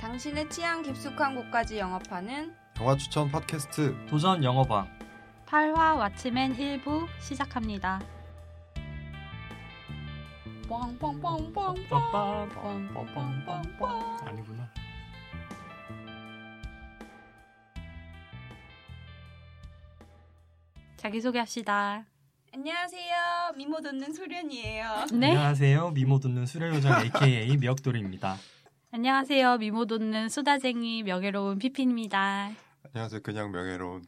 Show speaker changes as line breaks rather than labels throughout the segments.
당신의 취향 깊숙한 곳까지 영업하는
영화 추천 팟캐스트
도전 영어방
8화 왓츠맨 1부 시작합니다.
뻥뻥뻥뻥뻥
빰빰빰빰빰 아니구나
자기소개합시다.
안녕하세요. 미모 돋는 소련이에요.
네.
안녕하세요 미모 듣는 수레요정 AKA 미역돌입니다
안녕하세요. 미모 돋는 수다쟁이 명예로운 피핀입니다.
안녕하세요 그냥 명예로운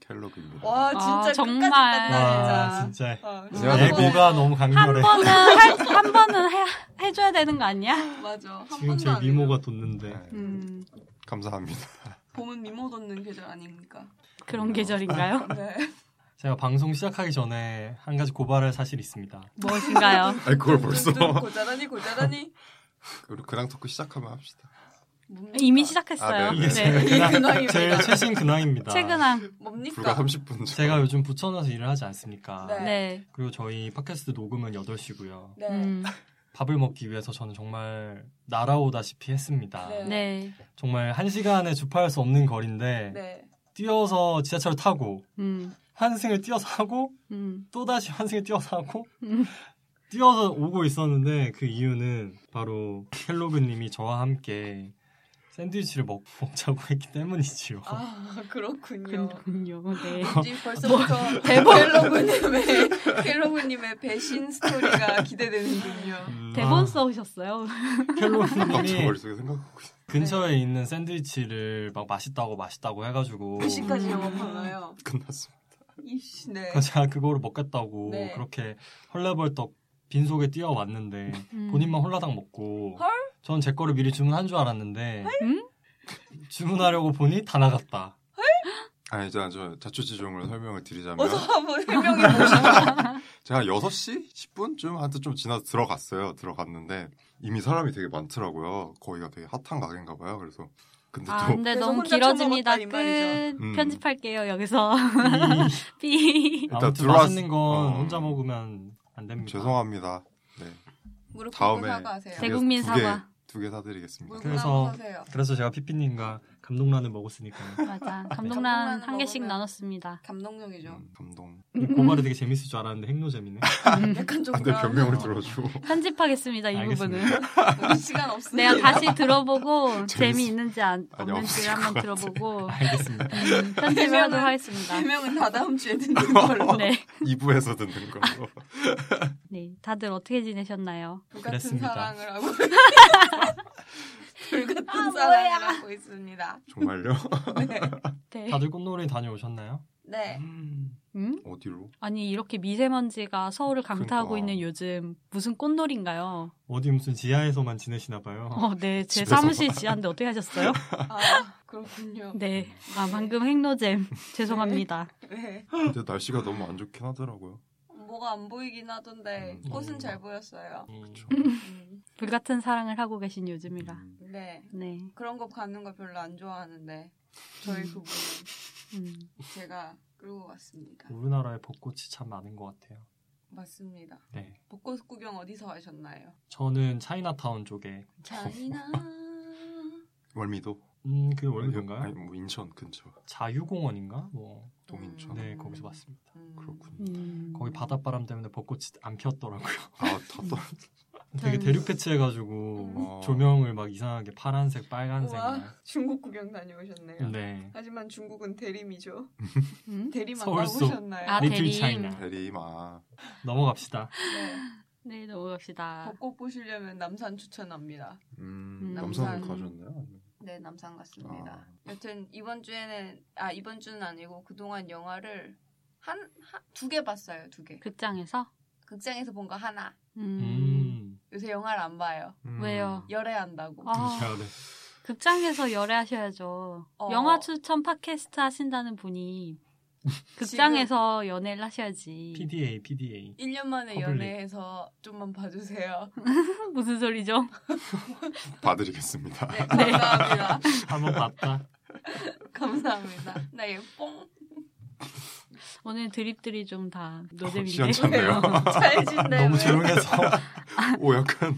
켈로그입니다
와 진짜
아,
정말
정말.
네,
와 아, 진짜
안녕하세요.
예고가 그 너무
한
강렬해
번은 할, 한 번은 해, 해줘야 되는 거 아니야?
어, 맞아. 한
지금
번도
제
안
미모가
해요.
돋는데
네,
음,
감사합니다
봄은 미모 돋는 계절 아닙니까?
그런 계절인가요?
네.
제가 방송 시작하기 전에 한 가지 고발할 사실이 있습니다
무엇인가요?
아니 그걸 벌써
눈 고자라니 고자라니.
우리 그랑 토크 시작하면 합시다
뭡니까?
이미 시작했어요.
아, 네,
이게
네.
제 근황,
근황입니다.
제 최신 근황입니다
최근한
불과
뭡니까?
30분 전
제가 요즘 부천에서 일을 하지 않습니까
네.
네.
그리고 저희 팟캐스트 녹음은 8시고요
네.
음,
밥을 먹기 위해서 저는 정말 날아오다시피 했습니다
네.
네.
정말 한 시간에 주파할 수 없는 거리인데
네.
뛰어서 지하철 타고
음,
환승을 뛰어서 하고
음,
또 다시 환승을 뛰어서 하고
음.
뛰어서 오고 있었는데 그 이유는 바로 켈로그님이 저와 함께 샌드위치를 먹, 먹자고 했기 때문이지요.
아 그렇군요.
그렇군요. 네.
왠지 벌써부터
대박.
갤러그님의 갤러그님의 배신 스토리가 기대되는군요. 네.
음,
대본 써오셨어요.
아,
갑자기
켈로그님이
머릿속에 생각하고 있어
근처에 있는 샌드위치를 막 맛있다고 맛있다고 해가지고
배신까지 그 영업하나요?
끝났습니다
이씨 네.
그래서 제가 그거를 먹겠다고
네.
그렇게 헐레벌떡 빈속에 뛰어왔는데
음.
본인만 홀라당 먹고
헐?
전 제 거를 미리 주문한 줄 알았는데
음?
주문하려고 보니 다 나갔다.
아니 저, 저 자초지종을 설명을 드리자면
어서 한번 설명해 보시죠.
제가 한 6시 10분쯤 한테 좀 지나서 들어갔어요 들어갔는데 이미 사람이 되게 많더라고요 거기가 되게 핫한 가게인가 봐요 그래서 근데 또
아, 근데
그래서
너무
혼자
길어집니다.
처먹었다, 이 말이죠.
끝.
음.
편집할게요, 여기서.
이-
삐.
일단
아무튼
들어왔-
맛있는 건
어.
혼자 먹으면 안 됩니다.
죄송합니다 네
무릎 꿇고
다음에
사과하세요. 뭐,
두 개-
대국민
두 개-
사과.
두 개 사드리겠습니다
무릎
그래서-
꿇고 사과하세요.
그래서 제가 피피님과 감동란을 먹었으니까요.
맞아.
감동란
감동란 네, 한 개씩
먹으면-
나눴습니다.
감동적이죠.
음, 감동
이 고발이 되게 재밌을 줄 알았는데 행노잼이네.
아, 약간 좀
음. 안돼
그런-
아, 변명을 들어주고
음. 편집하겠습니다, 이
알겠습니다.
부분은.
우리 뭐 시간 없으니
내가 다시 들어보고 재미있는지 안,
아니,
없는지 한번 들어보고
알겠습니다.
네.
음, 편집을
대면은-
하도록 하겠습니다.
대명은 다 다음 주에 듣는 걸로.
네.
2부에서 듣는 걸로
네. 다들 어떻게 지내셨나요?
불같은
그랬습니다.
사랑을 하고 불같은
아,
사랑을
뭐야.
하고 있습니다.
정말요?
네.
네.
다들 꽃놀이 다녀오셨나요?
네.
음,
음?
어디로?
아니, 이렇게 미세먼지가 서울을 강타하고
그러니까.
있는 요즘 무슨 꽃놀인가요?
어디 무슨 지하에서만 지내시나 봐요.
어, 네. 제
집에서.
사무실 지하인데 어떻게 하셨어요?
아 그렇군요.
네.
음.
아, 방금 행노잼. 죄송합니다.
네.
근데 날씨가 너무 안 좋긴 하더라고요
뭐가 안 보이긴 하던데
음.
꽃은 잘 보였어요.
음,
음,
불같은 사랑을 하고 계신 요즘이라.
음,
네.
네.
그런 거 받는 거 별로 안 좋아하는데 저희 부부는
음.
제가 끌고 갔습니다.
우리나라에 벚꽃이 참 많은 것 같아요.
맞습니다.
네.
벚꽃 구경 어디서 하셨나요?
저는 차이나타운 쪽에
차이나
월미도?
음, 그게
아니
월요일인가요?
뭐 인천 근처
자유공원인가? 뭐.
동인천
네, 거기서 봤습니다.
음.
그렇군
음.
거기 바닷바람 때문에 벚꽃이 안 피었더라고요.
아다 떠.
네.
되게
전-
대륙 패치해가지고
음.
조명을 막 이상하게 파란색, 빨간색.
우와. 중국 구경 다녀오셨네요.
네.
하지만 중국은 대림이죠.
음?
대림만
서울숲.
가보셨나요?
아,
리틀
대림.
네.
차이나.
대리마
넘어갑시다.
네.
네, 넘어갑시다.
아. 벚꽃 보시려면 남산 추천합니다.
음,
남산.
남산을 가셨나요?
네, 남산 갔습니다.
아.
여튼 이번 주에는 아 이번 주는 아니고 그동안 영화를 한 두 개 봤어요. 두 개.
극장에서?
극장에서 본 거 하나.
음.
음.
요새 영화를 안 봐요.
음.
왜요?
열애한다고.
아,
네.
극장에서 열애하셔야죠.
어.
영화 추천 팟캐스트 하신다는 분이 극장에서 연애를 하셔야지.
PDA, PDA.
1년 만에
퍼블릭.
연애해서 좀만 봐주세요.
무슨 소리죠?
봐드리겠습니다
네, 감사합니다.
한번 봤다.
감사합니다. 나 얘 뽕.
오늘 드립들이 좀
아,
다
네.
노잼인데.
시원찮네요
잘 지내.
너무 조용해서
오 약간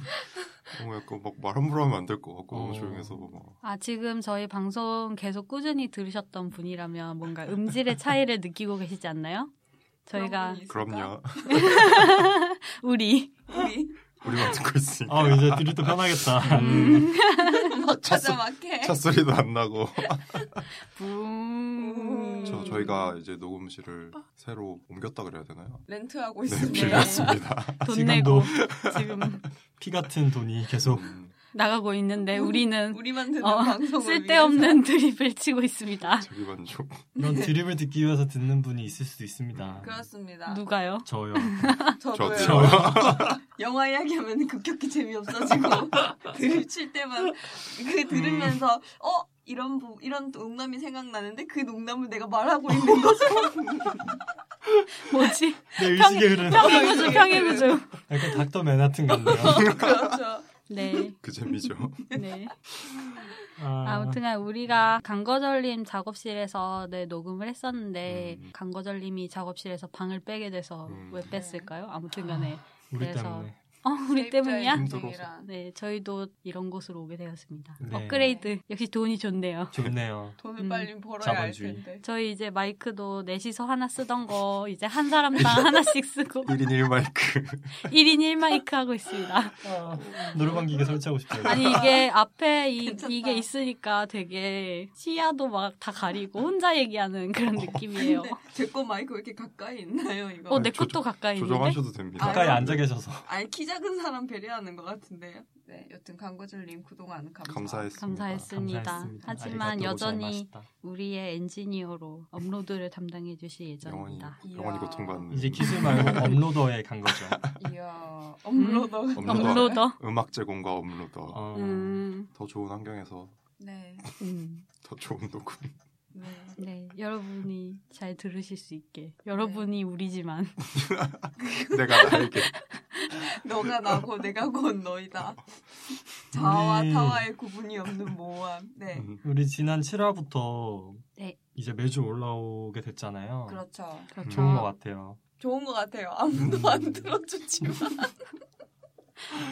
뭔가 약간 막말 함부로 하면 안 될 것 같고
어.
너무 조용해서 뭐 막.
아, 지금 저희 방송 계속 꾸준히 들으셨던 분이라면 뭔가 음질의 차이를 느끼고 계시지 않나요? 저희가
음.
그럼요.
우리
우리
우리만 듣고 있으니까.
아 이제 들을 때 편하겠다.
음,
먹자자 막해.
차 소리도 안 나고.
붕.
저 저희가 이제 녹음실을 새로 옮겼다 그래야 되나요?
렌트하고
네,
있습니다.
빌렸습니다.
돈
지금도.
내고 지금
피 같은 돈이 계속
음,
나가고 있는데 우리는
음. 우리만 듣는
어,
방송을
쓸데없는 드립을 치고 있습니다.
자기 만족.
네.
이런 드립을 듣기 위해서 듣는 분이 있을 수도 있습니다.
위해서. 그렇습니다.
누가요?
저요.
저도요.
저도요.
영화 이야기하면 급격히 재미없어지고 드립 칠 때만 그 들으면서 어 이런 부, 이런 농담이 생각나는데 그 농담을 내가 말하고 있는 거죠.
뭐지?
내 의식의 흐름.
평행우주, 평행우주.
약간 닥터 맨하튼 같네요.
그렇죠.
네,
그 재미죠.
네.
아,
아무튼간 우리가 강거절님 작업실에서 네, 녹음을 했었는데
음.
강거절님이 작업실에서 방을 빼게 돼서
음.
네.
아.
왜 뺐을까요? 아무튼간에
우리
그래서-
때문에.
어 우리 때문이야?
힘들어서.
네, 저희도 이런 곳으로 오게 되었습니다.
네.
업그레이드 역시 돈이 좋네요.
좋네요.
돈을
음,
빨리 벌어야
자본주의.
할 텐데.
저희 이제 마이크도 넷이서 하나 쓰던 거 이제 한 사람당 하나씩 쓰고
1인 그 1마이크.
1인 1마이크 하고 있습니다.
노래방 기계 설치하고 싶어요.
어. 아니 이게 앞에 이,
괜찮다.
이게 있으니까 되게 시야도 막 다 가리고 혼자 얘기하는
어.
그런 느낌이에요.
근데 제 거 마이크 왜 이렇게 가까이 있나요 이거?
어, 내
조정-
것도 가까이 있는데?
조정하셔도 됩니다.
가까이
아유.
앉아 계셔서
아니 키 작은 사람 배려하는 것 같은데요. 네, 여튼 광고주님 그동안 감사.
감사했습니다.
감사했습니다.
감사했습니다.
하지만
아리가또
여전히
고자이마시다.
우리의 엔지니어로 업로드를 담당해 주실
영원히
예정입니다.
영원히 고통받는
이제 기술 말고 업로더에 간 거죠.
이야 업로더.
음, 업로더.
업로더?
음악 제공과 업로더.
어,
음,
더 좋은 환경에서
네.
음.
더 좋은 녹음.
네.
네, 여러분이 잘 들으실 수 있게. 여러분이 우리지만.
내가 나에게
너가 나고 내가 곧 너이다. 자와
우리-
타와의 구분이 없는 모호함. 네.
음,
우리 지난 7화부터
네.
이제 매주 올라오게 됐잖아요.
그렇죠.
그렇죠.
좋은 것 같아요.
좋은 것 같아요.
음.
아무도 안 들어주지만.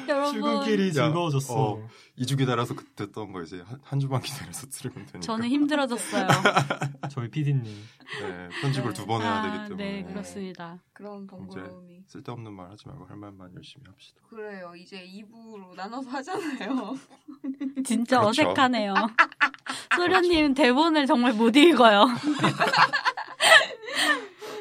여러분,
출근길이 즐거워졌어.
어. 2주 기다려서 그때 던거 이제 한, 한 주만 기다려서 들으면 되니까.
저는 힘들어졌어요.
저희 PD님.
네, 편집을
네.
두 번 해야 되기 때문에
네, 그렇습니다.
그런 번거로움이.
쓸데없는 말 하지 말고 할 말만 열심히 합시다.
그래요. 이제 2부로 나눠서 하잖아요.
진짜
그렇죠.
어색하네요. 소련님 대본을 정말 못 읽어요.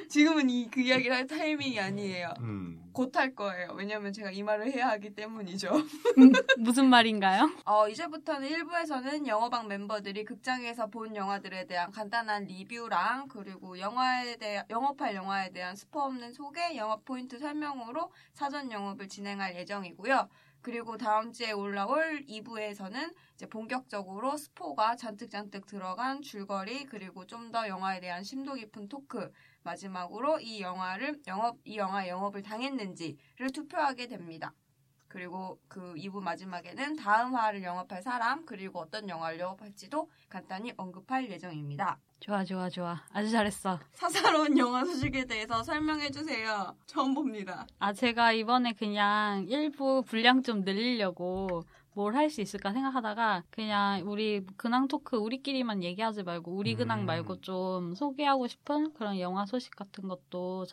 지금은 이 그 이야기를 할 타이밍이 아니에요.
음.
곧 할 거예요. 왜냐면 제가 이 말을 해야 하기 때문이죠.
음, 무슨 말인가요?
어, 이제부터는 1부에서는 영화방 멤버들이 극장에서 본 영화들에 대한 간단한 리뷰랑 그리고 영화에 대해 영업할 영화에 대한 스포 없는 소개, 영업 포인트 설명으로 사전 영업을 진행할 예정이고요. 그리고 다음 주에 올라올 2부에서는 이제 본격적으로 스포가 잔뜩잔뜩 들어간 줄거리 그리고 좀 더 영화에 대한 심도 깊은 토크 마지막으로 이 영화를 영업 이 영화 영업을 당했는지를 투표하게 됩니다. 그리고 그 2부 마지막에는 다음 화를 영업할 사람 그리고 어떤 영화를 영업할지도 간단히 언급할 예정입니다.
좋아, 좋아, 좋아. 아주 잘했어.
사사로운 영화 소식에 대해서 설명해 주세요. 처음 봅니다.
아, 제가 이번에 그냥 일부 분량 좀 늘리려고 뭘 할 수 있을까 생각하다가 그냥 우리 근황 토크 우리끼리만 얘기하지 말고 우리 근황
음.
말고 좀 소개하고 싶은 그런 영화 소식 같은 것도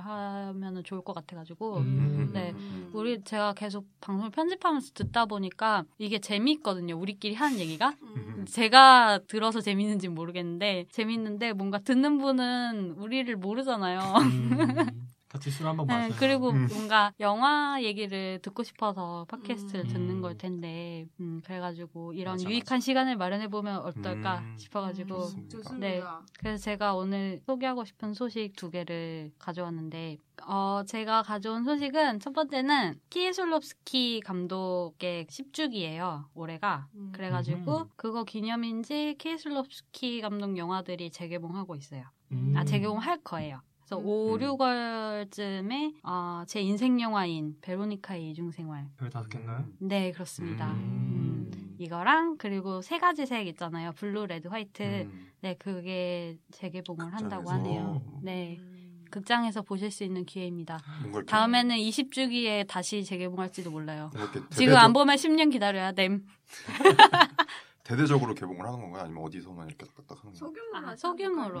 전달하면 좋을 것 같아가지고
음.
네. 우리 제가 계속 방송을 편집하면서 듣다 보니까 이게 재미있거든요. 우리끼리 하는 얘기가.
음.
제가 들어서 재밌는지 모르겠는데 재밌는데 뭔가 듣는 분은 우리를 모르잖아요.
음, 같이 술 한번
어. 네,
마셔요.
그리고
음.
뭔가 영화 얘기를 듣고 싶어서 팟캐스트를
음.
듣는 걸 텐데, 음, 그래가지고 이런
맞아,
유익한 시간을 마련해 보면 어떨까
음.
싶어가지고,
좋습니다.
네.
좋습니다.
그래서 제가 오늘 소개하고 싶은 소식 두 개를 가져왔는데, 어, 제가 가져온 소식은 첫 번째는 키슬롭스키 감독의 10주기예요, 올해가.
음.
그래가지고
음.
그거 기념인지 키슬롭스키 감독 영화들이 재개봉하고 있어요.
음.
아, 제공할 거예요. 그래서
음.
5, 6월쯤에 어, 제 인생 영화인 베로니카의 이중생활.
별 다섯 개인가요?
네, 그렇습니다.
음.
음.
이거랑 그리고 세 가지 색 있잖아요. 블루, 레드, 화이트.
음.
네, 그게 재개봉을 한다고
극장에서.
하네요. 네.
음.
극장에서 보실 수 있는 기회입니다.
뭔가 이렇게
다음에는 20주기에 다시 재개봉할지도 몰라요.
이렇게
지금 안
대대적-
보면 10년 기다려야 됨.
대대적으로 개봉을 하는 건가요? 아니면 어디서만 이렇게 딱딱딱 하는 건가요?
소규모로
아,
하지
소규모로.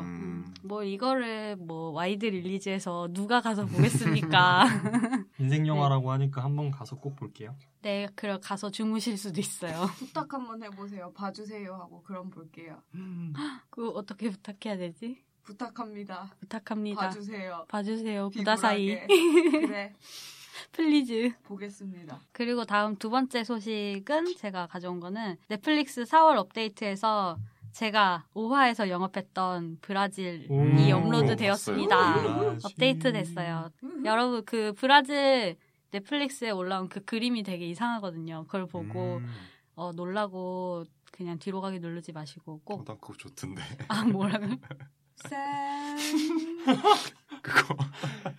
않을까요?
음.
음, 뭐 이거를 뭐 와이드 릴리즈에서 누가 가서 보겠습니까?
인생 영화라고 하니까 한번 가서 꼭 볼게요.
네, 그럼 가서 주무실 수도 있어요.
부탁 한번 해보세요. 봐주세요 하고 그럼 볼게요.
음.
그 어떻게 부탁해야 되지?
부탁합니다.
부탁합니다.
봐주세요.
봐주세요. 부다사이.
비굴하게. 그래
플리즈.
보겠습니다.
그리고 다음 두 번째 소식은 제가 가져온 거는 넷플릭스 4월 업데이트에서 제가 5화에서 영업했던 브라질이
오. 음,
업로드
아,
오,
음.
되었습니다. 업데이트 됐어요. 여러분 그 브라질 넷플릭스에 올라온 그 그림이 되게 이상하거든요. 그걸 보고
음.
어, 놀라고 그냥 뒤로 가기 누르지 마시고
어,
꼭
난 그거 좋던데.
네.
아, 뭐라고?
쌤.
그거.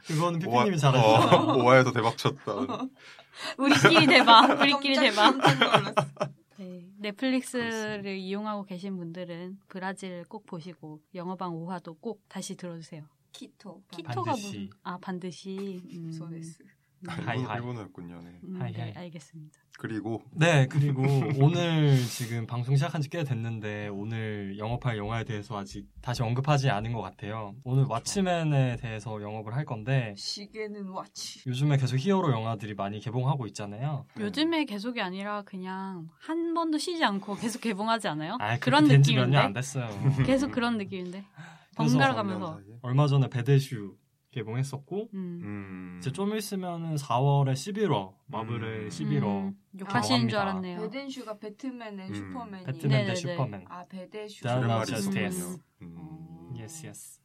그거는
오화-
피피님이 잘하시죠.
어, 오화에서 대박 쳤다.
우리끼리 대박. 우리끼리 대박.
깜짝 놀랐어.
네, 넷플릭스를
그렇습니다.
이용하고 계신 분들은 브라질 꼭 보시고 영어방 5화도 꼭 다시 들어주세요.
키토.
키토가
반드시.
무슨 아 반드시 음,
소네스.
하이, 하이.
일본어였군요. 네.
음,
하이,
네,
하이.
알겠습니다.
그리고
네, 그리고 오늘 지금 방송 시작한 지 꽤 됐는데 오늘 영업할 영화에 대해서 아직 다시 언급하지 않은 것 같아요. 오늘
그렇죠.
왓츠맨에 대해서 영업을 할 건데
시계는 와치.
요즘에 계속 히어로 영화들이 많이 개봉하고 있잖아요.
어?
네.
요즘에 계속이 아니라 그냥 한 번도 쉬지 않고 계속 개봉하지 않아요?
아,
그런
몇년안
느낌인데
됐어요.
계속 그런 느낌인데
그래서
번갈아
작년
가면서
사이에.
얼마 전에 베데슈 개봉했었고
음.
음.
이제 좀 있으면은 4월에 11월 마블의
음.
11월
음, 욕하시는 줄
경험합니다.
알았네요.
베덴슈가 배트맨 앤
음,
슈퍼맨이.
배트맨
네네네.
대 슈퍼맨.
아 베데슈.
다음
그런 말이
저스티스.
있었군요.
음.
음.
예스 예스.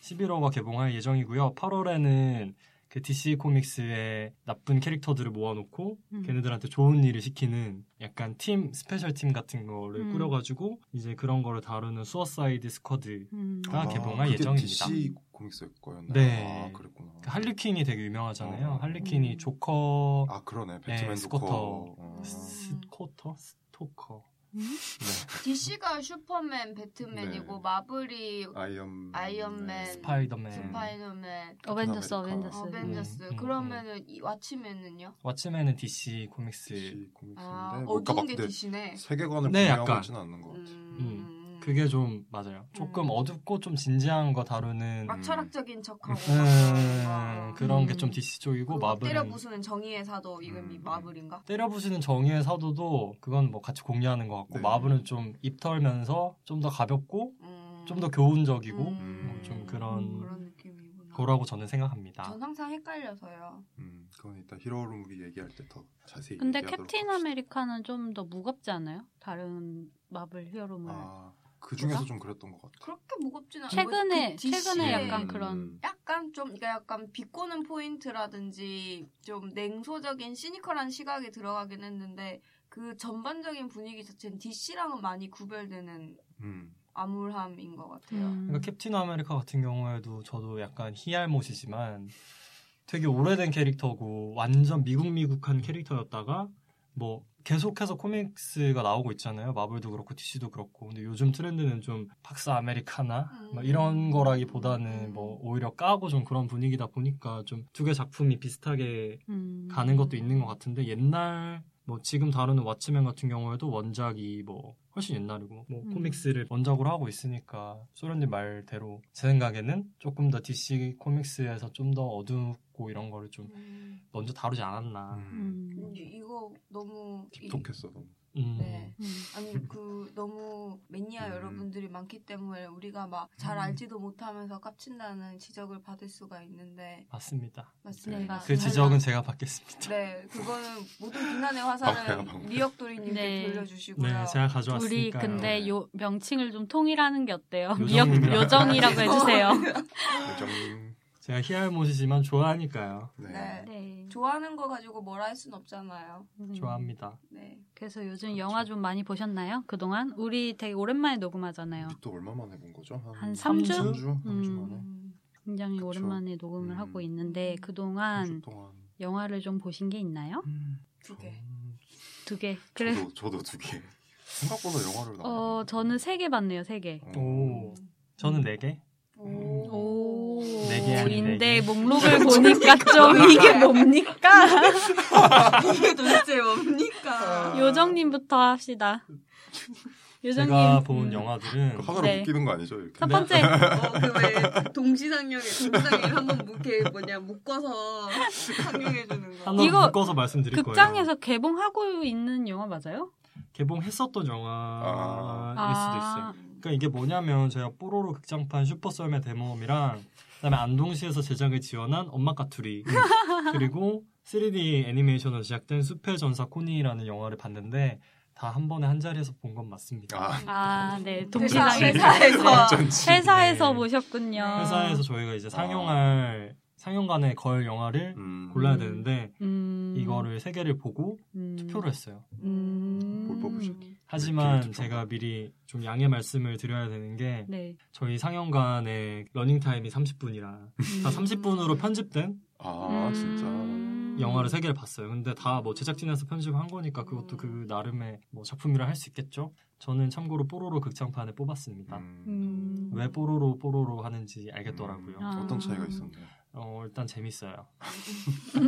11월과 개봉할 예정이고요. 8월에는 그 DC 코믹스의 나쁜 캐릭터들을 모아놓고
음.
걔네들한테 좋은 일을 시키는 약간 팀 스페셜 팀 같은 거를
음.
꾸려가지고 이제 그런 거를 다루는 수어사이드 스쿼드
음.
아, 개봉할
그게
예정입니다.
DC 코믹스 거였나요?
네.
아, 그랬구나.
그 할리퀸이 되게 유명하잖아요.
어.
할리퀸이
음.
조커
아, 그러네. 배트맨
네,
스코터.
스코터.
어.
스코터 스토커
음?
네. DC가 슈퍼맨, 배트맨이고
네.
마블이
아이언 네.
아이언맨.
스파이더맨
스파이더맨,
어벤져스
아메리카.
어벤져스.
어벤져스.
네. 음, 음,
그러면은 이 와치맨은요?
왓츠맨은 DC 코믹스
DC 코믹스인데 음.
아
뭔가 막
어두운 게
음. 근데
DC네.
세계관을
네,
분명하고
약간.
있지는 않는 것 같아요.
그게 좀 맞아요. 조금
음.
어둡고 좀 진지한 거 다루는
막 철학적인 척하고
음, 그런 게 좀
음.
DC 쪽이고
마블 아, 때려
마블은
부수는 정의의 사도 이름이
음.
마블인가?
때려부수는 정의의 사도도 그건 뭐 같이 공유하는 것 같고
네.
마블은 좀 입 털면서 좀 더 가볍고
음.
좀 더 교훈적이고
음,
좀 그런
그런 느낌이구나.
거라고 저는 생각합니다.
전 항상 헷갈려서요.
음, 그건 이따 히어로 무비 얘기할 때 더 자세히
근데
얘기하도록
캡틴
합시다.
아메리카는 좀 더 무겁지 않아요? 다른 마블 히어로물.
아, 그 중에서
뭐가?
좀 그랬던 것 같아요.
그렇게 무겁진 않고
최근에
그 DC 의
네.
최근에 약간 그런
약간 좀 그러니까 약간 비꼬는 포인트라든지 좀 냉소적인 시니컬한 시각이 들어가긴 했는데 그 전반적인 분위기 자체는 DC랑은 많이 구별되는
음.
암울함인 것 같아요.
음.
그러니까 캡틴 아메리카 같은 경우에도 저도 약간 히알못이지만 되게 오래된 캐릭터고 완전 미국미국한 캐릭터였다가 뭐 계속해서 코믹스가 나오고 있잖아요. 마블도 그렇고 DC도 그렇고. 근데 요즘 트렌드는 좀 팍스 아메리카나
음.
막 이런 거라기보다는 뭐 오히려 까고 좀 그런 분위기다 보니까 좀 두 개 작품이 비슷하게
음.
가는 것도 있는 것 같은데 옛날 뭐 지금 다루는 왓츠맨 같은 경우에도 원작이 뭐 훨씬 옛날이고 뭐
음.
코믹스를 원작으로 하고 있으니까 소련님 말대로 제 생각에는 조금 더 DC 코믹스에서 좀 더 어둡고 이런 거를 좀
음.
먼저 다루지 않았나.
음.
음.
근데 이거 너무 이-
깊숙했어 너무.
음.
네.
음.
아니 그 너무 매니아
음.
여러분들이 많기 때문에 우리가 막 잘
음.
알지도 못하면서 깝친다는 지적을 받을 수가 있는데
맞습니다.
맞습니다.
네,
네. 그
맞습니다.
지적은 제가 받겠습니다.
네 그거는 모든 비난의
방패야, 방패.
화살은 미역도리님께
네.
돌려주시고요.
네, 제가
우리
가져왔으니까.
근데 요 명칭을 좀 통일하는 게 어때요? 미역
네. 요정이라고.
요정이라고 해주세요. 아.
요정님.
제가 히알못이지만 좋아하니까요.
네.
네.
네.
좋아하는 거 가지고 뭐라 할 순 없잖아요.
음.
좋아합니다.
네.
그래서 요즘
그렇죠.
영화 좀 많이 보셨나요? 그동안 우리 되게 오랜만에 녹음하잖아요.
우리 또 네. 얼마만에 본 거죠?
한
삼 주?
3주? 3주
음.
만에.
굉장히
그쵸.
오랜만에 녹음을
음.
하고 있는데
삼
음.
그동안
주 동안.
영화를 좀 보신 게 있나요?
두 개.
두 개. 그래.
저도 저도 두 개. 생각보다 영화를 어. 나. 음.
음.
어 저는 세 개 봤네요. 세 개.
오. 저는 네 개.
오.
오.
네개 아닌
인데 목록을 보니까 좀 이게 뭡니까?
이게 도대체
아.
뭡니까? 어, 그
요정님부터 합시다. 요정님.
제가 본
음.
영화들은
하나로
네.
그러니까 묶이는 거 아니죠? 이렇게.
첫 번째
어그왜 동시상영에 동상에 한번 이렇게 뭐냐 묶어서 상영해주는 거.
하나로
이거
묶어서 말씀드릴 거예요.
극장에서 개봉하고 있는 영화 맞아요?
개봉했었던 영화일 수도 있어요.
아,
그러니까 이게 뭐냐면 제가 뽀로로 극장판 슈퍼썰매 데모음이랑 그다음에 안동시에서 제작을 지원한 엄마 까투리 그리고 3D 애니메이션으로 제작된 숲의 전사 코니라는 영화를 봤는데 다 한 번에 한 자리에서 본 건 맞습니다.
아,
아, 네.
음. 회사-
동시상영. 네.
회사에서
전치.
회사에서
네.
보셨군요.
회사에서 저희가 이제 상영할 상영관에 걸 영화를
아. 음,
골라야
음.
되는데
음.
이거를 세 개를 보고
음.
투표를 했어요.
음.
뭘 뽑으셨죠?
하지만
네, 투표.
제가 미리 좀 양해 말씀을 드려야 되는 게
네.
저희 상영관의 러닝 타임이 30분이라 다 30분으로 편집된
아 진짜.
음.
영화를 세 개를 봤어요. 근데 다 뭐 제작진에서 편집한 거니까 그것도 그 나름의 뭐 작품이라 할 수 있겠죠. 저는 참고로 뽀로로 극장판을 뽑았습니다.
음,
음.
왜 뽀로로 뽀로로 하는지 알겠더라고요.
아.
어떤 차이가 있었나요?
어, 일단 재밌어요.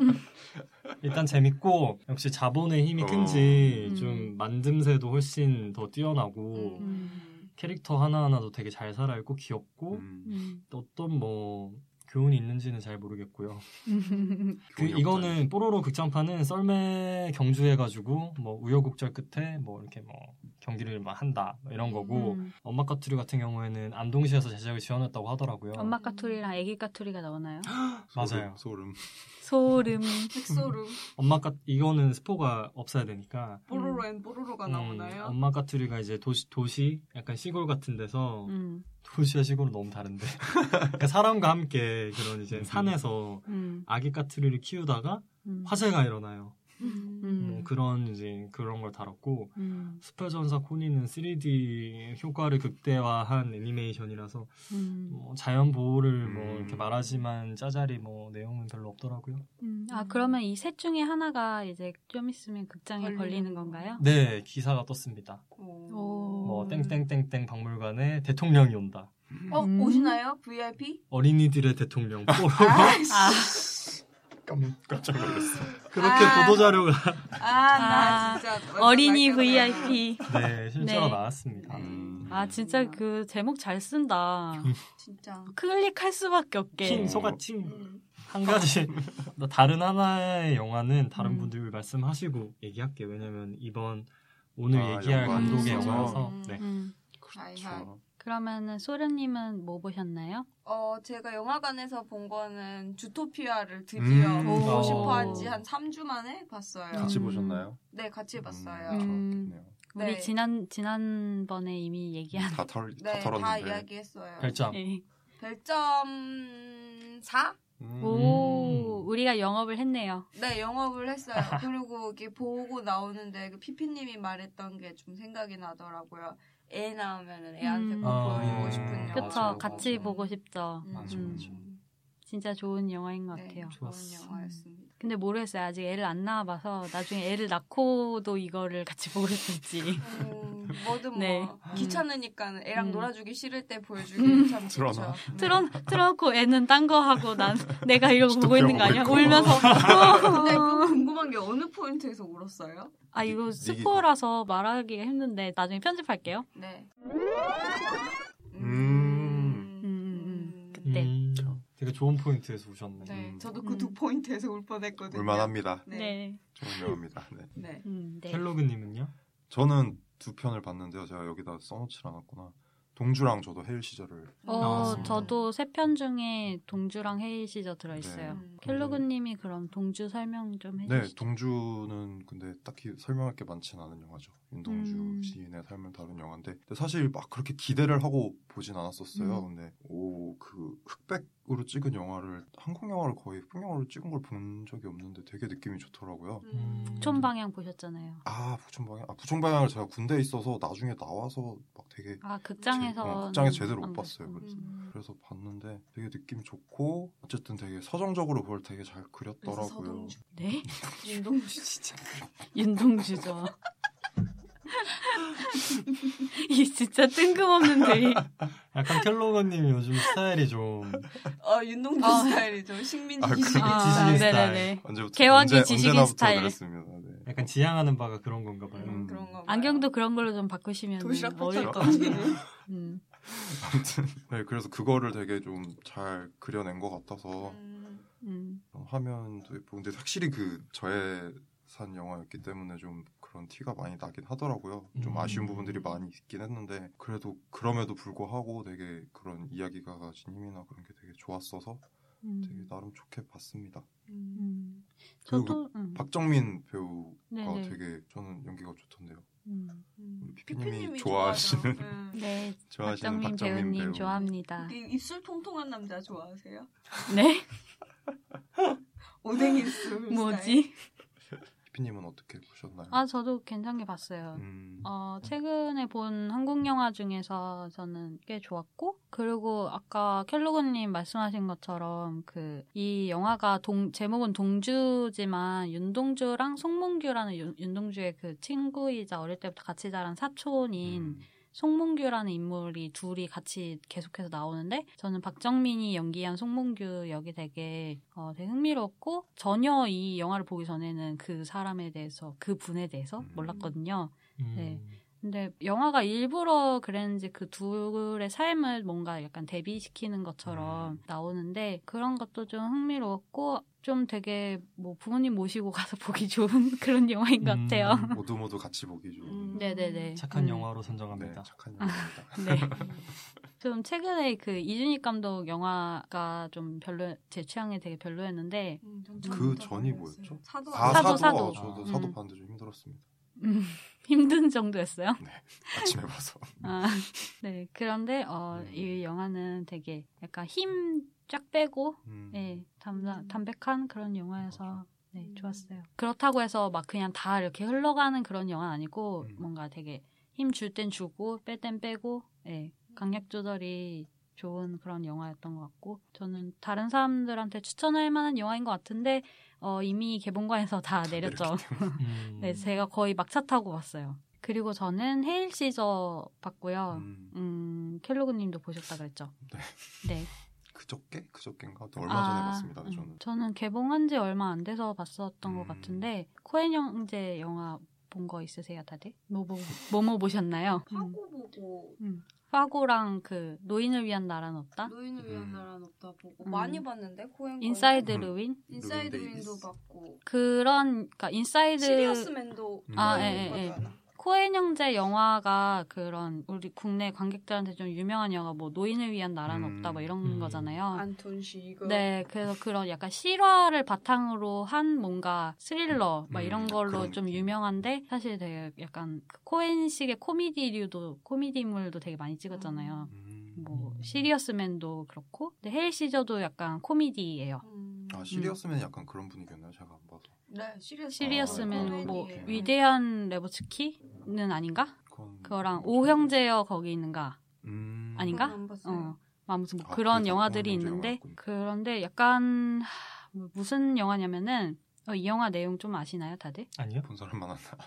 일단 재밌고 역시 자본의 힘이
어.
큰지
음.
좀 만듦새도 훨씬 더 뛰어나고
음.
캐릭터 하나하나도 되게 잘 살아있고 귀엽고
음.
음.
어떤 뭐 교훈이 있는지는 잘 모르겠고요. 그
교훈이
이거는 뽀로로 극장판은 썰매 경주해가지고 뭐 우여곡절 끝에 뭐 이렇게 뭐 경기를 막 한다 뭐 이런 거고
음.
엄마 까투리 같은 경우에는 안동시에서 제작을 지원했다고 하더라고요.
엄마 까투리랑 아기 까투리가 나오나요?
없다니.
맞아요.
소름.
소름. 음.
백소름
엄마 까 이거는 스포가 없어야 되니까
뽀로로 앤
아,
뽀로로가
음,
나오나요?
엄마 까투리가 이제 도시 도시 약간 시골 같은 데서
음.
도시와 시골은 너무 다른데 그러니까 사람과 함께 그런 이제 산에서
음.
아기 까투리를 키우다가
음.
화재가 일어나요.
음.
뭐 그런 이제 그런 걸 다뤘고
음.
스페전사 코니는 3D 효과를 극대화한 애니메이션이라서
음.
뭐 자연 보호를 뭐
음.
이렇게 말하지만 짜잘이 뭐 내용은 별로 없더라고요.
음. 아 그러면 이 셋 중에 하나가 이제 좀 있으면 극장에
걸리는
걸리는 건가요?
네 기사가 떴습니다.
오.
뭐
음.
땡땡땡땡 박물관에 대통령이 온다.
어
음.
오시나요 VIP?
어린이들의 대통령 뭐 뽀로로
아,
깜- 깜짝 놀랐어.
그렇게
아.
보도 자료가
아 나
아,
진짜 완전
어린이
낚였다.
VIP.
네 실제로
네.
나왔습니다.
음.
아 진짜 그 제목 잘 쓴다.
진짜
클릭할 수밖에
킹
없게.
소가칭
음.
한 가지 나 다른 하나의 영화는 다른
음.
분들 말씀하시고 얘기할게요. 왜냐면 이번 오늘
아,
얘기할
영화가
감독의
있어서.
영화라서
음.
네.
음.
그렇죠.
아이고.
그러면은 소련님은 뭐 보셨나요?
어, 제가 영화관에서 본 거는 주토피아를 드디어
음.
보고
오.
싶어 한지 한 3주 만에 봤어요.
같이
음.
보셨나요?
네, 같이 봤어요.
음.
좋았겠네요.
네.
우리 지난 지난번에 이미 얘기한.
다, 털, 다
네, 다
털었는데.
이야기했어요.
별점.
예.
별점 4?
음.
오, 우리가 영업을 했네요.
네, 영업을 했어요. 그리고 이게 보고 나오는데 그 피피님이 말했던 게 좀 생각이 나더라고요. 애 나오면은 애한테
음.
꼭
아.
보여주고 싶은 영화.
그쵸,
맞아요.
같이
맞아요.
보고 싶죠.
음.
맞아,
음.
맞아.
진짜 좋은 영화인 것
네,
같아요.
좋은
좋았어.
영화였습니다.
근데 모르겠어요. 아직 애를 안 낳아봐서 나중에 애를 낳고도 이거를 같이 보고 싶을지.
음, 뭐든
네.
뭐 귀찮으니까 애랑
음.
놀아주기 싫을 때 보여주기 참 좋죠.
드러나.
네.
틀어, 틀어놓고 애는 딴 거 하고 난 내가 이러고 보고 있는 거 아니야?
보고
울면서. 어. 네.
근데
음.
그 궁금한 게 어느 포인트에서 울었어요?
아, 이거 스포라서 말하기가 힘든데 나중에 편집할게요.
네.
음, 음, 음. 그때.
음, 되게 좋은 포인트에서 오셨네.
네,
음.
저도 그 두
음.
포인트에서 울 뻔했거든요.
울만합니다.
네.
네. 네.
좋은 영화입니다. 네.
음, 네.
켈로그님은요?
저는 두 편을 봤는데요. 제가 여기다 써놓질 않았구나. 동주랑 저도 해일 시절을
어,
나왔습니다.
저도 세 편 중에 동주랑 헤이 시저 들어있어요.
음.
켈로그님이 그럼 동주 설명 좀
네,
해주시죠.
동주는 근데 딱히 설명할 게 많진 않은 영화죠. 윤동주
음.
시인의 삶을 다룬 영화인데 근데 사실 막 그렇게 기대를 하고 보진 않았었어요.
음.
근데 오 그 흑백으로 찍은 영화를 한국 영화를 거의 흑백 영화로 찍은 걸 본 적이 없는데 되게 느낌이 좋더라고요.
음.
촌 방향 보셨잖아요.
아 부총방향, 아 부총방향을 제가 군대에 있어서 나중에 나와서 막 되게
아 극장에서
제- 어, 극장에서 제대로 못 봤어요.
보셨구나.
그래서.
음.
그래서 봤는데 되게 느낌 좋고 어쨌든 되게 서정적으로 그걸 되게 잘
그래서
그렸더라고요.
서동주.
네
윤동주 진짜.
윤동주죠. 이 진짜 뜬금없는 드립.
약간 켈로거님이 요즘 스타일이 좀
어, 윤동주
아.
스타일이죠. 식민지
아, 그래요?
식민지.
아,
지식인 스타일.
네네네.
언제부터
개화기
언제,
지식인
언제나부터
스타일.
그랬습니다. 네.
약간 지향하는 바가 그런 건가 봐요.
음, 그런 거. 봐요.
안경도 그런 걸로 좀 바꾸시면
도시락
어울릴
펼쳐놓고
것 같아요. 음.
아무튼 네, 그래서 그거를 되게 좀 잘 그려낸 것 같아서
음,
음.
화면도 예쁘고 근데 확실히 그 저의 산 영화였기 때문에 좀 그런 티가 많이 나긴 하더라고요. 좀
음.
아쉬운 부분들이 많이 있긴 했는데 그래도 그럼에도 불구하고 되게 그런 이야기가 가진 힘이나 그런 게 되게 좋았어서 되게
음.
나름 좋게 봤습니다.
음.
음.
그리고
저도 음.
박정민 배우가
네네.
되게 저는 연기가 좋던데요.
음.
음.
피디님이
피디님이
좋아하시는-
좋아하죠. 음.
네,
좋아하시는
박정민
박정민
배우님
배우.
좋아합니다.
이 입술 통통한 남자 좋아하세요?
네,
오뎅 입술. 스타일.
뭐지?
피님은 어떻게 보셨나요?
아, 저도 괜찮게 봤어요.
음,
어, 최근에 본 한국 영화 중에서 저는 꽤 좋았고, 그리고 아까 켈로그님 말씀하신 것처럼 그, 이 영화가 동, 제목은 동주지만 윤동주랑 송몽규라는 윤, 윤동주의 그 친구이자 어릴 때부터 같이 자란 사촌인
음.
송몽규라는 인물이 둘이 같이 계속해서 나오는데 저는 박정민이 연기한 송몽규 역이 되게 어, 되게 흥미롭고 전혀 이 영화를 보기 전에는 그 사람에 대해서 그 분에 대해서
음.
몰랐거든요.
음.
네. 근데 영화가 일부러 그랬는지 그 둘의 삶을 뭔가 약간 대비시키는 것처럼
음.
나오는데 그런 것도 좀 흥미로웠고 좀 되게 뭐 부모님 모시고 가서 보기 좋은 그런 영화인 것
음.
같아요.
모두 모두 같이 보기 좋은
음.
네네네.
착한
음.
영화로
네,
선정합니다.
착한 영화입니다.
네. 좀 최근에 그 이준익 감독 영화가 좀 별로 제 취향에 되게 별로였는데
음, 전
그
처음부터
전이
몰랐어요.
뭐였죠?
사도.
아,
아니에요?
사도, 사도.
어, 저도 사도
음.
봤는데 좀 힘들었습니다.
음, 힘든 정도였어요.
아침에 봐서.
아, 네. 그런데 어,
네.
이 영화는 되게 약간 힘 쫙 빼고
음.
네, 담, 담백한 그런 영화여서
맞아.
네,
음.
좋았어요. 그렇다고 해서 막 그냥 다 이렇게 흘러가는 그런 영화는 아니고
음.
뭔가 되게 힘 줄 땐 주고 뺄 땐 빼고 네, 강약 조절이 좋은 그런 영화였던 것 같고 저는 다른 사람들한테 추천할 만한 영화인 것 같은데 어, 이미 개봉관에서 다 내렸죠.
음.
네, 제가 거의 막차 타고 봤어요. 그리고 저는 헤일 시저 봤고요.
음,
음, 켈로그님도 보셨다 그랬죠?
네.
네.
그저께 그저께인가 또 얼마 전에
아,
봤습니다. 네,
음.
저는
개봉한 지 얼마 안 돼서 봤었던 것
음.
같은데 코엔 형제 영화 본 거 있으세요 다들? 뭐뭐 뭐뭐 보셨나요? 음.
하고 보고
음. 파고랑 그 노인을 위한 나라는 없다.
노인을 위한
음.
나라는 없다 보고
아? 음.
많이 봤는데 코엔 거.
인사이드
음.
루인
인사이드
루인 데이비스.
윈도 봤고
그런 그러니까 인사이드
시리어스맨도
음.
아,
봤고
예, 예, 예.
그거잖아.
코엔 형제 영화가 그런 우리 국내 관객들한테 좀 유명한 영화 뭐 노인을 위한 나라는
음.
없다 뭐 이런
음.
거잖아요.
안톤 시거.
네, 그래서 그런 약간 실화를 바탕으로 한 뭔가 스릴러 막
음,
이런 걸로
그런
좀
느낌.
유명한데 사실 되게 약간 그 코엔식의 코미디류도 코미디물도 되게 많이 찍었잖아요.
음.
뭐 시리어스맨도 그렇고, 근데 헤일 시저도 약간 코미디예요.
음.
아 시리어스면 약간 그런 분위기였나요? 제가 안 봐서
네, 시리어스.
아,
음.
시리어스맨 뭐
코미디예요.
위대한 레버츠키는 아닌가?
그건
그거랑
오
오형제여 거기 있는가?
음.
아닌가?
그건 안 봤어요.
어, 아무튼 뭐
아,
그런
그게
영화들이
작품
있는데
문제였군요.
그런데 약간 하, 뭐 무슨 영화냐면은 어, 이 영화 내용 좀 아시나요, 다들?
아니요.
본 사람만 한다.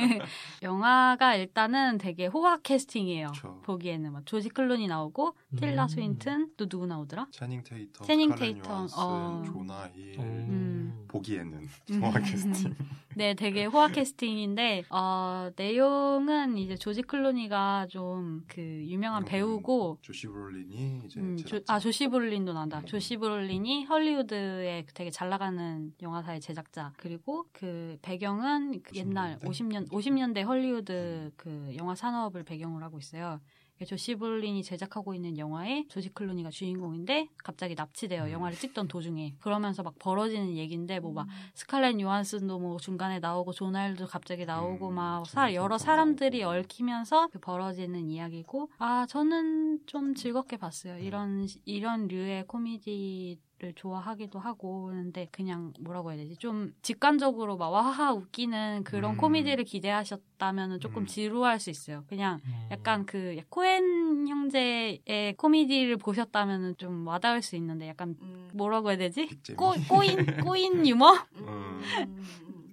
영화가 일단은 되게 호화 캐스팅이에요.
그쵸.
보기에는 막 조지 클론이 나오고 틸라
음.
스윈튼 또 누구 나오더라?
채닝 테이터,
채닝
스칼렛
테이터,
요한슨,
어.
조나 힐
음.
보기에는
음.
영화 캐스팅.
네, 되게 호화 캐스팅인데 어, 내용은 이제 조지 클론이가 좀 그
음.
유명한 배우고
조시 브롤린이 이제
음, 조,
제작자.
아 조시 브롤린도 난다.
음.
조시 브롤린이 헐리우드의 되게 잘 나가는 영화사의 제작자. 그리고 그 배경은 그 옛날
50년대?
50년 50년대 헐리우드
음.
그 영화 산업을 배경으로 하고 있어요. 이게 조시 브롤린이 제작하고 있는 영화에 조지 클루니가 주인공인데 갑자기 납치돼요.
음.
영화를 찍던 도중에. 그러면서 막 벌어지는 얘기인데 뭐 막
음.
스칼렛 요한슨도 뭐 중간에 나오고 조나일도 갑자기 나오고
음,
막
조나일
사- 여러
선수도
사람들이
나오고.
얽히면서 그 벌어지는 이야기고 아 저는 좀 즐겁게 봤어요
네.
이런 시- 이런 류의 코미디 를 좋아하기도 하고 근데 그냥 뭐라고 해야 되지 좀 직관적으로 막 와하 웃기는 그런
음.
코미디를 기대하셨다면 은 조금
음.
지루할 수 있어요 그냥
음.
약간 그 코엔 형제의 코미디를 보셨다면 은좀 와닿을 수 있는데 약간
음.
네.
뭐라고 해야 되지
빅잼이.
꼬, 꼬인 꼬인 유머
음.
음.
음.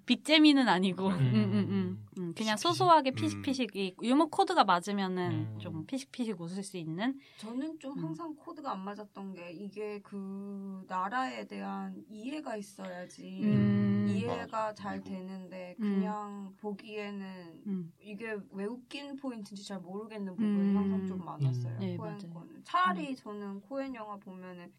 빅재미는 아니고
음.
음, 음, 음. 음, 그냥
피식피식.
소소하게
음.
피식피식 이 유머 코드가 맞으면은
음.
좀 피식피식 웃을 수 있는
저는 좀
음.
항상 코드가 안 맞았던 게 이게 그 나라에 대한 이해가 있어야지
음.
이해가
맞아.
잘
그리고-
되는데
음.
그냥 보기에는
음.
이게 왜 웃긴 포인트인지 잘 모르겠는 부분이
음.
항상 좀 많았어요.
음.
네,
코엔
맞아요. 음.
거는 차라리 저는 코엔 영화 보면은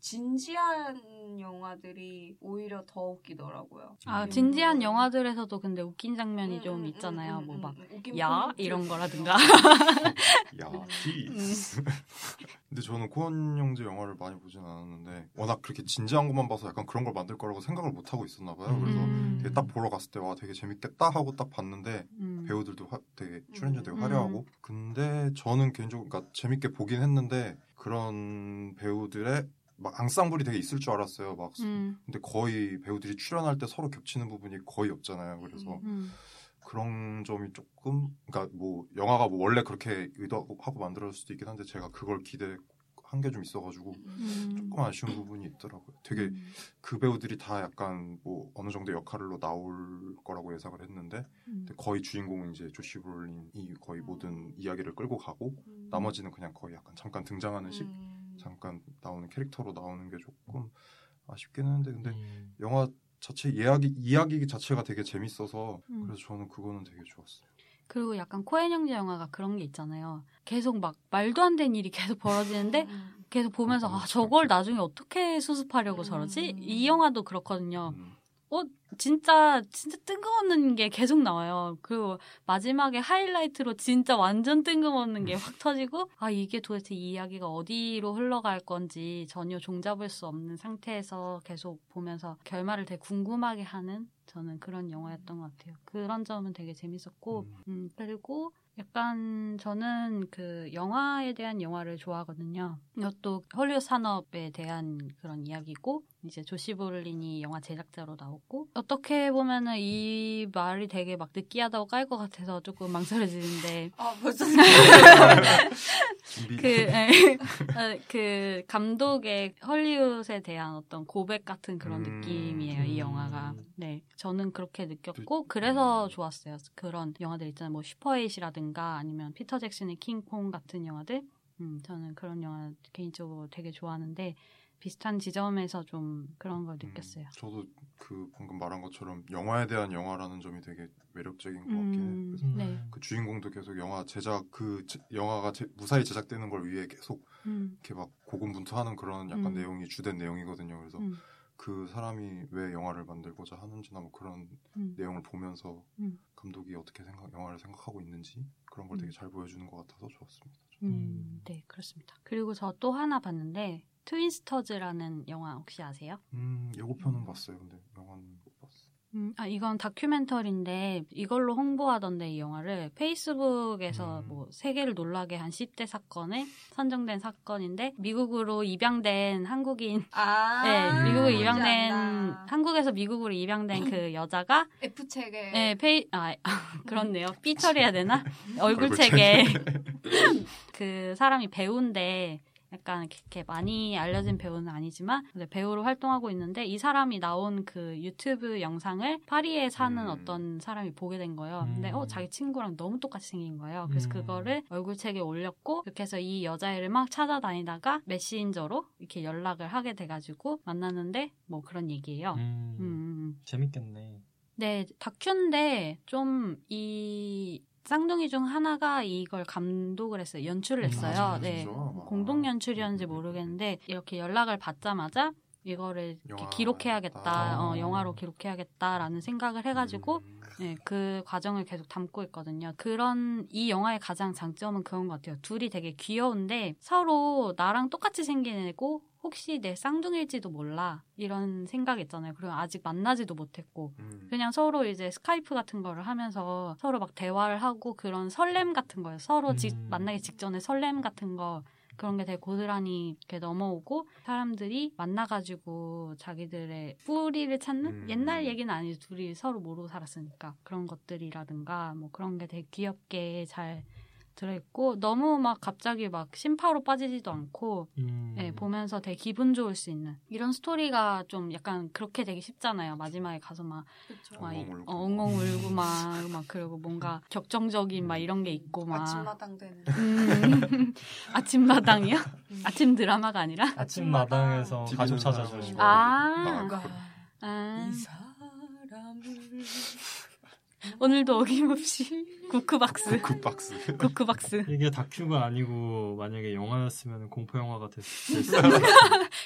진지한 영화들이 오히려 더 웃기더라고요.
아
음.
진지한 영화들에서도 근데 웃긴 장면이
음,
좀
음,
있잖아요
음,
뭐
음,
막
음, 웃긴
야?
포인트.
이런 거라든가.
야,
음.
씨. 근데 저는 코언 형제 영화를 많이 보진 않았는데 워낙 그렇게 진지한 것만 봐서 약간 그런 걸 만들 거라고 생각을 못 하고 있었나 봐요. 아, 그래서
음.
되게 딱 보러 갔을 때 와 되게 재밌겠다 하고 딱 봤는데
음.
배우들도 화- 되게 출연자 되게
음.
화려하고 근데 저는 개인적으로 그러니까 재밌게 보긴 했는데 그런 배우들의 막 앙상블이 되게 있을 줄 알았어요. 막
음.
근데 거의 배우들이 출연할 때 서로 겹치는 부분이 거의 없잖아요. 그래서
음.
음.
그런 점이 조금 그러니까 뭐 영화가 뭐 원래 그렇게 의도하고 만들어질 수도 있긴 한데 제가 그걸 기대한 게 좀 있어가지고
음.
조금 아쉬운 부분이 있더라고요. 되게
음.
그 배우들이 다 약간 뭐 어느 정도 역할로 나올 거라고 예상을 했는데
음.
근데 거의 주인공은 이제 조시 브롤린이 거의 모든 이야기를 끌고 가고
음.
나머지는 그냥 거의 약간 잠깐 등장하는 식
음.
잠깐 나오는 캐릭터로 나오는 게 조금 아쉽긴 했는데 근데
음.
영화 자체 이야기 이야기 자체가 되게 재밌어서
음.
그래서 저는 그거는 되게 좋았어요.
그리고 약간 코엔 형제 영화가 그런 게 있잖아요. 계속 막 말도 안 되는 일이 계속 벌어지는데
음.
계속 보면서 아 저걸 나중에 어떻게 수습하려고 저러지?
음.
이 영화도 그렇거든요.
음.
진짜 진짜 뜬금없는 게 계속 나와요. 그리고 마지막에 하이라이트로 진짜 완전 뜬금없는 게 확 터지고 아 이게 도대체 이 이야기가 어디로 흘러갈 건지 전혀 종잡을 수 없는 상태에서 계속 보면서 결말을 되게 궁금하게 하는 저는 그런 영화였던 것 같아요. 그런 점은 되게 재밌었고
음.
음, 그리고 약간 저는 그 영화에 대한 영화를 좋아하거든요. 이것도 헐리우드 산업에 대한 그런 이야기고 이제 조시 브롤린이 영화 제작자로 나왔고 어떻게 보면은 이 말이 되게 막 느끼하다고 깔 것 같아서 조금 망설여지는데
아 벌써
준비.
그, 에, 어, 그 감독의 헐리우드에 대한 어떤 고백 같은 그런
음,
느낌이에요, 이
음.
영화가. 네. 저는 그렇게 느꼈고, 그래서 좋았어요. 그런 영화들 있잖아요. 뭐, 슈퍼에잇이라든가 아니면 피터 잭슨의 킹콩 같은 영화들. 음, 저는 그런 영화 개인적으로 되게 좋아하는데, 비슷한 지점에서 좀 그런 걸 네, 느꼈어요.
음, 저도 그 방금 말한 것처럼 영화에 대한 영화라는 점이 되게 매력적인 것 같긴 해요.
음,
그래서
네.
그 주인공도 계속 영화 제작 그 제- 영화가 제- 무사히 제작되는 걸 위해 계속
음,
이렇게 막 고군분투하는 그런 약간
음.
내용이 주된 내용이거든요. 그래서
음,
그 사람이 왜 영화를 만들고자 하는지나 뭐 그런
음.
내용을 보면서
음.
감독이 어떻게 생각 영화를 생각하고 있는지 그런 걸
음.
되게 잘 보여주는 것 같아서 좋았습니다.
음, 네, 그렇습니다. 그리고 저 또 하나 봤는데, 트윈스터즈라는 영화 혹시 아세요?
음 예고편은 봤어요. 근데 영화는 못 봤어.
음, 아, 이건 다큐멘터리인데 이걸로 홍보하던데 이 영화를 페이스북에서
음.
뭐 세계를 놀라게 한 10대 사건에 선정된 사건인데 미국으로 입양된 한국인
아
네, 미국으로
뭔지
입양된 한국에서 미국으로 입양된 그 여자가
F 책에
네, 페이 아 그렇네요. 삐 처리해야 되나? 얼굴
얼굴
책에 그 사람이 배우인데 약간 이렇게 많이 알려진 배우는 아니지만 근데 배우로 활동하고 있는데 이 사람이 나온 그 유튜브 영상을 파리에 사는
음.
어떤 사람이 보게 된 거예요.
음.
근데 어 자기 친구랑 너무 똑같이 생긴 거예요. 그래서
음.
그거를 얼굴 책에 올렸고 이렇게 해서 이 여자애를 막 찾아다니다가 메신저로 이렇게 연락을 하게 돼가지고 만났는데 뭐 그런 얘기예요.
음.
음.
재밌겠네.
네, 다큐인데 좀 이 쌍둥이 중 하나가 이걸 감독을 했어요. 연출을
음,
했어요.
아, 음.
네.
진짜? 와.
공동 연출이었는지
음.
모르겠는데 이렇게 연락을 받자마자 이거를 이렇게
영화
기록해야겠다.
만들겠다.
어, 영화로 기록해야겠다라는 생각을 해 가지고
음.
네, 그 과정을 계속 담고 있거든요. 그런 이 영화의 가장 장점은 그런 것 같아요. 둘이 되게 귀여운데 서로 나랑 똑같이 생긴 애고 혹시 내 쌍둥이일지도 몰라 이런 생각 있잖아요. 그리고 아직 만나지도 못했고
음.
그냥 서로 이제 스카이프 같은 거를 하면서 서로 막 대화를 하고 그런 설렘 같은 거예요. 서로 직-
음.
만나기 직전에 설렘 같은 거 그런 게 되게 고스란히 이렇게 넘어오고 사람들이 만나가지고 자기들의 뿌리를 찾는
음.
옛날 얘기는 아니죠. 둘이 서로 모르고 살았으니까 그런 것들이라든가 뭐 그런 게 되게 귀엽게 잘 들어있고 너무 막 갑자기 막 심파로 빠지지도 않고
음.
네, 보면서 되게 기분 좋을 수 있는 이런 스토리가 좀 약간 그렇게 되기 쉽잖아요. 마지막에 가서 막
그렇죠.
막 이-
엉엉 울고.
어, 엉엉 울고 막, 막 그리고 뭔가 격정적인 막 이런 게 있고 막 네.
아침마당 되는.
음. 아침마당이요? 아침 드라마가 아니라?
아침마당에서
집에
가족
있는
찾아주시고
사람하고
아.
나갈 거예요.
아,
이 사람을
오늘도 어김없이 구크박스
그 박스.
구크박스
이게 다큐가 아니고 만약에 영화였으면 공포 영화가 됐을 수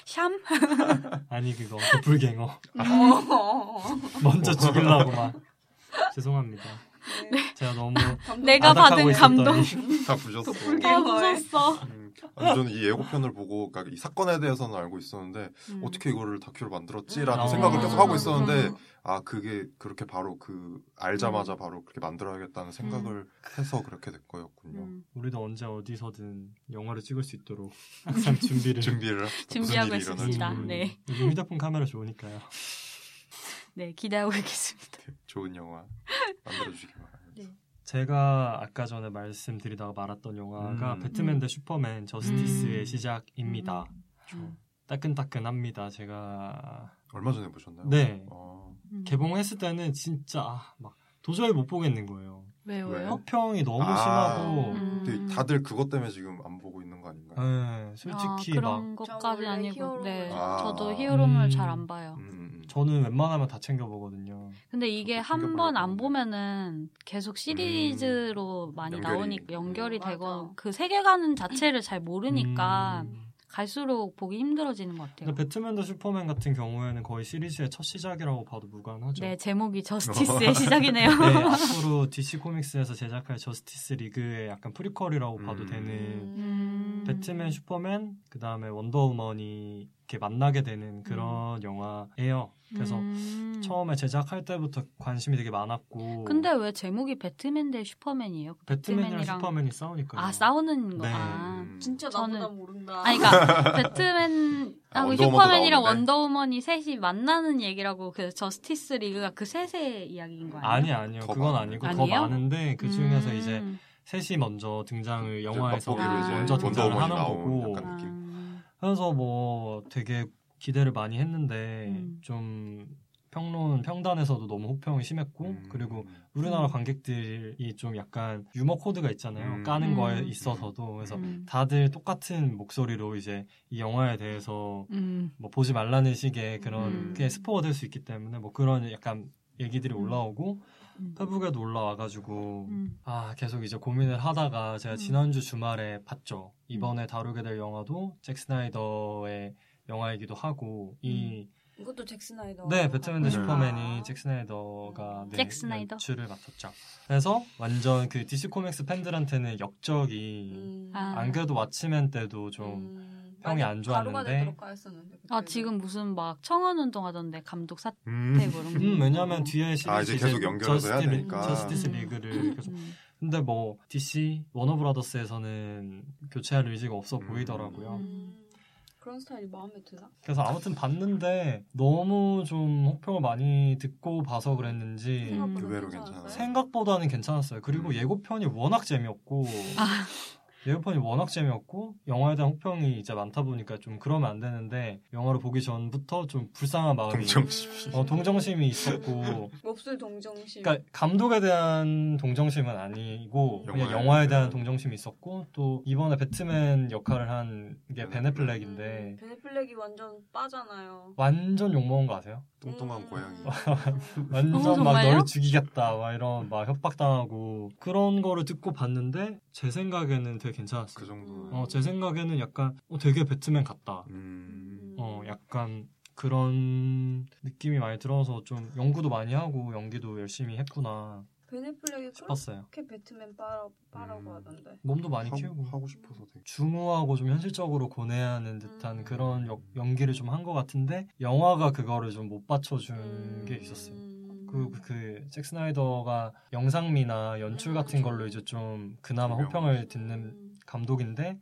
샴 아,
아니 그거 그 불갱어
어.
먼저 죽이려고 막 죄송합니다.
네.
제가 너무
내가
아닥하고
받은
있었더니.
감동.
다 부셨어.
불경.
아 무서웠어
음. 아니, 저는 이 예고편을 보고 그러니까 이 사건에 대해서는 알고 있었는데
음.
어떻게 이거를 다큐로 만들었지라는
음.
생각을
아.
계속 하고 있었는데 아 그게 그렇게 바로 그
음.
알자마자 바로 그렇게 만들어야겠다는 생각을 해서 그렇게 된 거였군요.
음.
우리도 언제 어디서든 영화를 찍을 수 있도록 항상 준비를
준비를 합시다.
준비하고
무슨 일이
있습니다.
일어날지.
네.
요즘 휴대폰 카메라 좋으니까요.
네 기대하고 있겠습니다
좋은 영화 만들어 주시기 바랍니다.
제가 아까 전에 말씀드리다가 말았던 영화가
음.
배트맨 대 슈퍼맨 저스티스의
음.
시작입니다.
음.
따끈따끈합니다. 제가
얼마 전에 보셨나요?
네.
어,
음.
개봉했을 때는 진짜 아, 막 도저히 못 보겠는 거예요.
음. 왜요
왜?
어,
왜요?
허평이 너무
아.
심하고
음.
근데 다들 그것 때문에 지금 안 보고 있는 거 아닌가요?
예, 솔직히
아,
막
그런 것까지
원래
아니고
히어로물.
네
아.
저도 히어로물
음.
잘 안 봐요
음, 음, 음.
저는 웬만하면 다 챙겨 보거든요.
근데 이게
저도
한 번 안
챙겨봐야겠는데.
보면은 계속 시리즈로
음,
많이
연결이.
나오니까 연결이
음, 맞아.
되고 그 세계관 자체를 잘 모르니까 네.
음.
갈수록 보기 힘들어지는 것 같아요.
근데 배트맨 대 슈퍼맨 같은 경우에는 거의 시리즈의 첫 시작이라고 봐도 무관하죠.
네 제목이 저스티스의 시작이네요.
네, 앞으로 DC 코믹스에서 제작할 저스티스 리그의 약간 프리퀄이라고 봐도
음.
되는
음.
네. 배트맨, 슈퍼맨, 그 다음에 원더우먼이 이렇게 만나게 되는 그런 영화예요. 그래서
음.
처음에 제작할 때부터 관심이 되게 많았고.
근데 왜 제목이 배트맨 대 슈퍼맨이에요?
배트맨이랑
배트맨이랑-
슈퍼맨이 싸우니까요.
아 싸우는 거.
네.
아.
음.
진짜
저는-
나보다 모른다.
아니 그러니까 배트맨하고
원더우먼도
슈퍼맨이랑
나오는데?
원더우먼이 셋이 만나는 얘기라고 그 저스티스 리그가 그 셋의 이야기인 거 아니에요?
아니 아니요.
더
그건
많은데.
아니고
아니에요?
더 많은데 그 중에서
음.
이제 셋이 먼저 등장을 영화에서
맛보기로
이제
먼저 등장을
원더우먼이
하는
나온
거고.
약간
아.
그래서 뭐 되게 기대를 많이 했는데
음.
좀 평론 평단에서도 너무 호평이 심했고
음.
어, 그리고 우리나라
음.
관객들이 좀 약간 유머 코드가 있잖아요
음.
까는 거에
음.
있어서도 그래서
음.
다들 똑같은 목소리로 이제 이 영화에 대해서
음.
뭐 보지 말라는 식의 그런
음.
게 스포가 될 수 있기 때문에 뭐 그런 약간 얘기들이
음.
올라오고
음.
페북에도 올라와가지고
음.
아, 계속 이제 고민을 하다가 제가
음.
지난주 주말에 봤죠. 이번에 다루게 될 영화도 잭 스나이더의 영화이기도 하고 이
이것도 잭 스나이더.
네, 배트맨 대
음.
슈퍼맨이 잭 스나이더가
어. 음.
네,
잭 스나이더.
연출을 맡았죠. 그래서 완전 그 DC 코믹스 팬들한테는 역적이
음.
아.
안 그래도 왓츠맨 때도 좀
음.
평이 안
가루가
좋았는데.
되도록 까였었는데. 그때.
아 지금 무슨 막 청원 운동하던데 감독 사태
음.
그런 거.
음, 왜냐면 뒤에 시리즈
아, 이제 계속 연결해서 해야
저스티, 리-
되니까.
저스티스
음.
리그를 계속
음.
근데 뭐 DC 워너브라더스에서는 교체할 의지가 없어
음.
보이더라고요.
음. 그런 스타일이 마음에 드나?
그래서 아무튼 봤는데 너무 좀 호평을 많이 듣고 봐서 그랬는지
음.
의외로
괜찮았어요?
괜찮아요.
생각보다는 괜찮았어요. 그리고
음.
예고편이 워낙 재미없고 예고편이 워낙 재미없고 영화에 대한 호평이 이제 많다 보니까 좀 그러면 안 되는데 영화를 보기 전부터 좀 불쌍한 마음이
동정.
어, 동정심이 있었고
몹쓸 동정심.
그러니까 감독에 대한 동정심은 아니고 그냥
영화에
영화에 대한
대한
동정심이 있었고 또 이번에 배트맨 역할을 한 게
음,
베네플렉인데
베네플렉이 완전 빠잖아요. 음.
완전 욕먹은 거 아세요?
뚱뚱한 고양이.
어,
완전 막
아, 정말요?
널 죽이겠다 막 이런 막 협박당하고 그런 거를 듣고 봤는데 제 생각에는 되게
그
괜찮았어요.
정도.
어, 제 생각에는 약간 어, 되게 배트맨 같다.
음.
어, 약간 그런 느낌이 많이 들어서 좀 연구도 많이 하고 연기도 열심히 했구나
베네플렉이 그렇게
싶었어요.
배트맨 빠라, 빠라고
음.
하던데.
몸도 많이
하고,
키우고
하고 싶어서 되게.
중후하고 좀 현실적으로 고뇌하는 듯한
음.
그런 역- 연기를 좀 한 것 같은데 영화가 그거를 좀 못 받쳐준 게 있었어요.
음.
그그잭 스나이더가 영상미나
음,
연출 같은 걸로 이제 좀 그나마
유명.
호평을 듣는 감독인데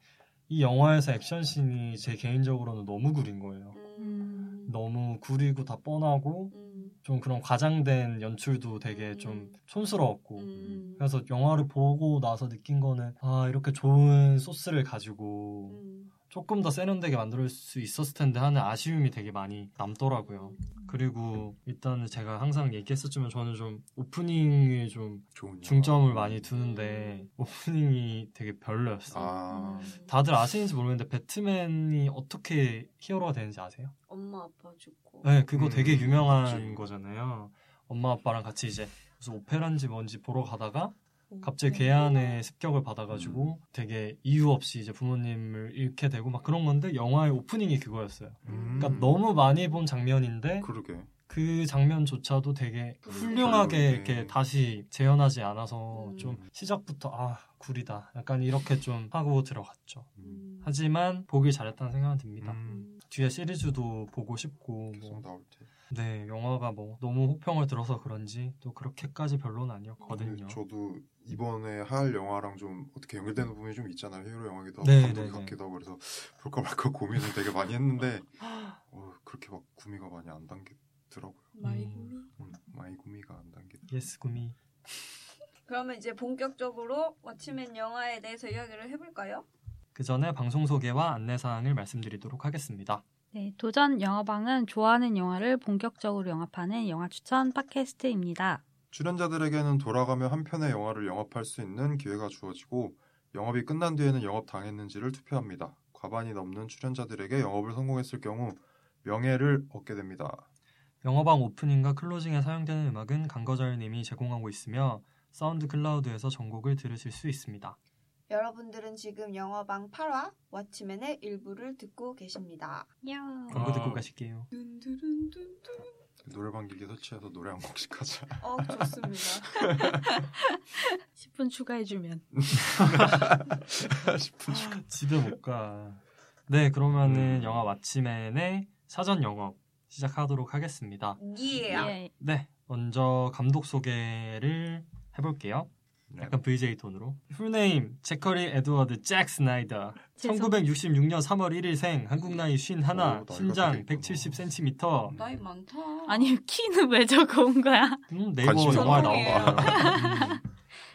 이 영화에서 액션 씬이 제 개인적으로는 너무 구린 거예요.
음.
음.
너무 구리고 다 뻔하고
음.
좀 그런 과장된 연출도 되게 좀
음.
촌스러웠고
음.
그래서 영화를 보고 나서 느낀 거는 아 이렇게 좋은 소스를 가지고
음.
조금 더 세련되게 만들 수 있었을 텐데 하는 아쉬움이 되게 많이 남더라고요.
음.
그리고 일단 제가 항상 얘기했었지만 저는 좀 오프닝에 좀
좋은 영화.
중점을 많이 두는데 오프닝이 되게 별로였어요.
아
음.
다들 아시는지 모르겠는데 배트맨이 어떻게 히어로가 되는지 아세요?
엄마 아빠 죽고
네, 그거
음,
되게 유명한
그치.
거잖아요. 엄마 아빠랑 같이 이제 무슨 오페라인지 뭔지 보러 가다가
어, 네.
갑자기 괴한의 습격을 받아가지고
음.
되게 이유 없이 이제 부모님을 잃게 되고 막 그런 건데 영화의 오프닝이 그거였어요.
음.
그러니까 너무 많이 본 장면인데
그러게.
그 장면조차도 되게
음.
훌륭하게 이렇게 다시 재현하지 않아서
음.
좀 시작부터 아 구리다 약간 이렇게 좀 하고 들어갔죠.
음.
하지만 보길 잘했다는 생각은 듭니다.
음.
뒤에 시리즈도 보고 싶고
계속
뭐,
나올 때.
네 영화가 뭐 너무 호평을 들어서 그런지 또 그렇게까지 별로는
네,
아니었거든요. 네.
저도 이번에 할 영화랑 좀 어떻게 연결되는 부분이 좀 있잖아요. 히어로 영화기도 하고
네,
감독이
네, 네.
같기도 하고 그래서 볼까 말까 고민을 되게 많이 했는데 어, 그렇게 막 구미가 많이 안 당기더라고요.
마이
음.
구미.
음, 많이 구미가 안 당기더라고요.
예스 구미
그러면 이제 본격적으로 워치맨 영화에 대해서 이야기를 해볼까요?
그 전에 방송 소개와 안내 사항을 말씀드리도록 하겠습니다.
네, 도전 영화방은 좋아하는 영화를 본격적으로 영화파는 영화 추천 팟캐스트입니다.
출연자들에게는 돌아가며 한 편의 영화를 영업할 수 있는 기회가 주어지고 영업이 끝난 뒤에는 영업 당했는지를 투표합니다. 과반이 넘는 출연자들에게 영업을 성공했을 경우 명예를 얻게 됩니다.
영화방 오프닝과 클로징에 사용되는 음악은 강거절님이 제공하고 있으며 사운드 클라우드에서 전곡을 들으실 수 있습니다.
여러분들은 지금 영화방 8화 워치맨의 일부를 듣고 계십니다.
광고 듣고
아.
가실게요.
둔두룬둔둔.
노래방 기기 설치해서 노래 한 곡씩 하자.
어 좋습니다.
10분 추가해주면.
10분 중.
집에 못 가. 네,
음.
그러면은 영화 마치맨의 사전 영업 시작하도록 하겠습니다.
예.
예.
네, 먼저 감독 소개를 해볼게요.
네.
약간 VJ 톤으로. 풀네임 제커리 에드워드 잭 스나이더.
죄송.
1966년 3월 1일생, 한국 나이 51,
나이가
신장
되게 있구나.
170cm.
나이 많다.
아니, 키는 왜 저거 온 거야?
음, 네이버
관심이 아.
영화에
전통이에요.
나온다. 음.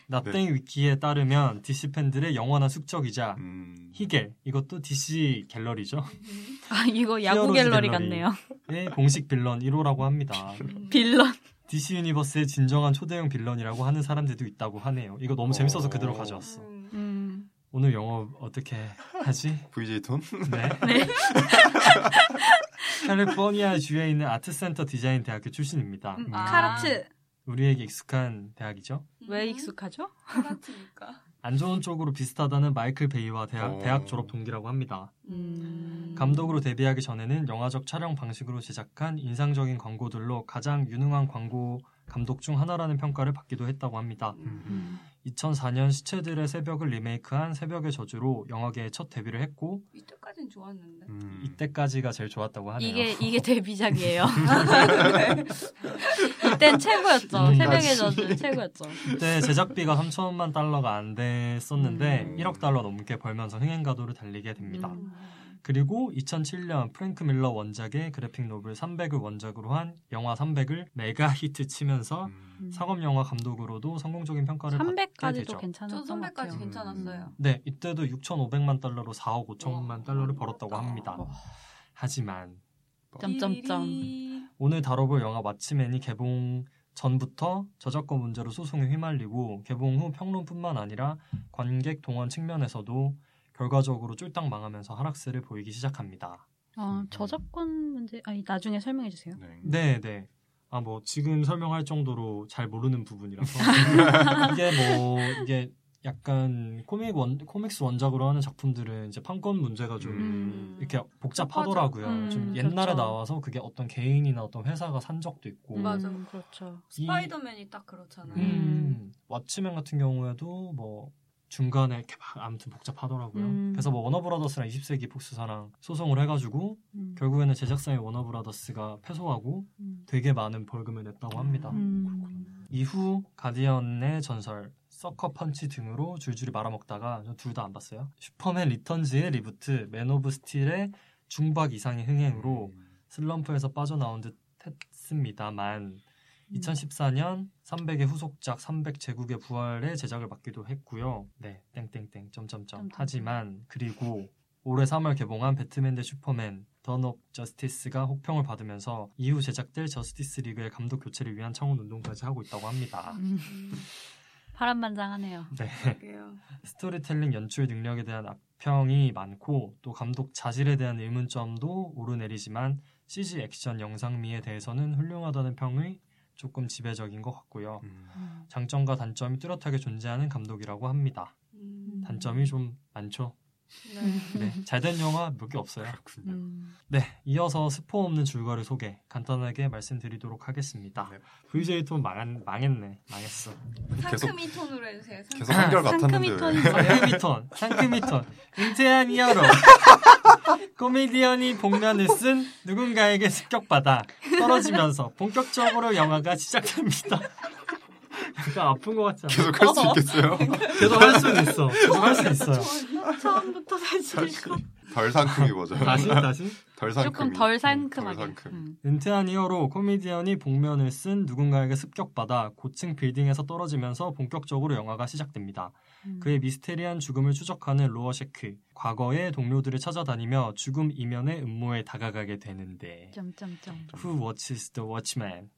나땡 위키에 따르면 DC 팬들의 영원한 숙적이자
음.
히겔, 이것도 DC 갤러리죠.
음.
아, 이거 야구
히어로즈 갤러리.
갤러리 같네요.
의 공식 빌런 1호라고 합니다.
음.
빌런.
DC 유니버스의 진정한 초대형 빌런이라고 하는 사람들도 있다고 하네요. 이거 너무 재밌어서
어.
그대로 가져왔어.
음.
음.
오늘 영어 어떻게 하지?
VJ 톤?
네. 캘리포니아 주에 있는 아트센터 디자인 대학교 출신입니다.
음,
아.
카라트.
우리에게 익숙한 대학이죠.
왜 익숙하죠?
카라트니까.
안 좋은 쪽으로 비슷하다는 마이클 베이와 대학,
어.
대학 졸업 동기라고 합니다.
음.
감독으로 데뷔하기 전에는 영화적 촬영 방식으로 제작한 인상적인 광고들로 가장 유능한 광고 감독 중 하나라는 평가를 받기도 했다고 합니다.
음.
2004년 시체들의 새벽을 리메이크한 새벽의 저주로 영화계에 첫 데뷔를 했고
이때까진 좋았는데.
음.
음.
음.
이때까지가 제일 좋았다고 하네요.
이게, 이게 데뷔작이에요. 이땐 최고였죠.
음.
새벽의 저주 최고였죠.
때 제작비가 3천만 달러가 안 됐었는데
음.
1억 달러 넘게 벌면서 흥행가도를 달리게 됩니다.
음.
그리고 2007년 프랭크 밀러 원작의 그래픽 노블 300을 원작으로 한 영화 300을 메가 히트 치면서
음.
상업 영화 감독으로도 성공적인 평가를 받게
300까지도
되죠.
괜찮았던
저
것 같아요.
300까지 괜찮았어요.
네, 이때도 6,500만 달러로 4억 5천만
와,
달러를 벌었다고
벌었다.
합니다.
와.
하지만
점점점.
삐리리.
오늘 다뤄볼 영화 마치맨이 개봉 전부터 저작권 문제로 소송에 휘말리고 개봉 후 평론뿐만 아니라 관객 동원 측면에서도 결과적으로 쫄딱 망하면서 하락세를 보이기 시작합니다.
어, 저작권 문제, 아니, 나중에 설명해 주세요.
네.
네, 네. 아, 뭐 지금 설명할 정도로 잘 모르는 부분이라서 이게 뭐 이게 약간 코믹 원 코믹스 원작으로 하는 작품들은 이제 판권 문제가 좀
음.
이렇게 복잡하더라고요.
음,
좀 옛날에
그렇죠.
나와서 그게 어떤 개인이나 어떤 회사가 산 적도 있고
맞아.
음, 그렇죠.
이-
스파이더맨이 딱 그렇잖아요.
음. 왓츠맨 같은 경우에도 뭐 중간에 이렇게 막 아무튼 복잡하더라고요.
음.
그래서 뭐 워너브라더스랑 20세기 폭스사랑 소송을 해가지고
음.
결국에는 제작사인 워너브라더스가 패소하고
음.
되게 많은 벌금을 냈다고 합니다.
음.
이후 가디언의 전설, 서커 펀치 등으로 줄줄이 말아먹다가 둘 다 안 봤어요. 슈퍼맨 리턴즈의
네.
리부트, 맨 오브 스틸의 중박 이상의 흥행으로 슬럼프에서 빠져나온 듯 했습니다만 2014년 300의 후속작 300 제국의 부활의 제작을 맡기도 했고요. 네, 땡땡땡 점점점.
점점점.
하지만 그리고 올해 3월 개봉한 배트맨 대 슈퍼맨 던업 저스티스가 혹평을 받으면서 이후 제작될 저스티스 리그의 감독 교체를 위한 청원 운동까지 하고 있다고 합니다.
음. 파란만장하네요.
네.
그래요.
스토리텔링 연출 능력에 대한 악평이 많고 또 감독 자질에 대한 의문점도 오르내리지만 CG 액션 영상미에 대해서는 훌륭하다는 평이 조금 지배적인 것 같고요.
음.
장점과 단점이 뚜렷하게 존재하는 감독이라고 합니다.
음,
단점이 좀 많죠.
네.
네, 잘된 영화 몇 개 없어요.
음. 그렇군요.
음.
네, 이어서 스포 없는 줄거리 소개 간단하게 말씀드리도록 하겠습니다.
네.
VJ톤 망한, 망했네, 망했어.
계속
상큼이 톤으로 해주세요. 상큼.
계속 한결 같았는데
상큼이
왜?
톤이-
상큼이톤, 상큼이톤, 잉태한 히어로. 코미디언이 복면을 쓴 누군가에게 습격받아 떨어지면서 본격적으로 영화가 시작됩니다. 약간 아픈 것 같지 않아요?
계속 할 수 있겠어요?
계속 할 수는 있어. 계속 할 수 있어요.
처음부터 다시 읽고
덜 상큼이 뭐죠?
다시, 다시.
음, 덜 상큼이.
조금 덜
덜
상큼하게.
상큼.
음.
은퇴한 히어로 코미디언이 복면을 쓴 누군가에게 습격받아 고층 빌딩에서 떨어지면서 본격적으로 영화가 시작됩니다.
음.
그의 미스테리한 죽음을 추적하는 로어셰크, 과거의 동료들을 찾아다니며 죽음 이면의 음모에 다가가게 되는데
점점점.
Who watches the watchman?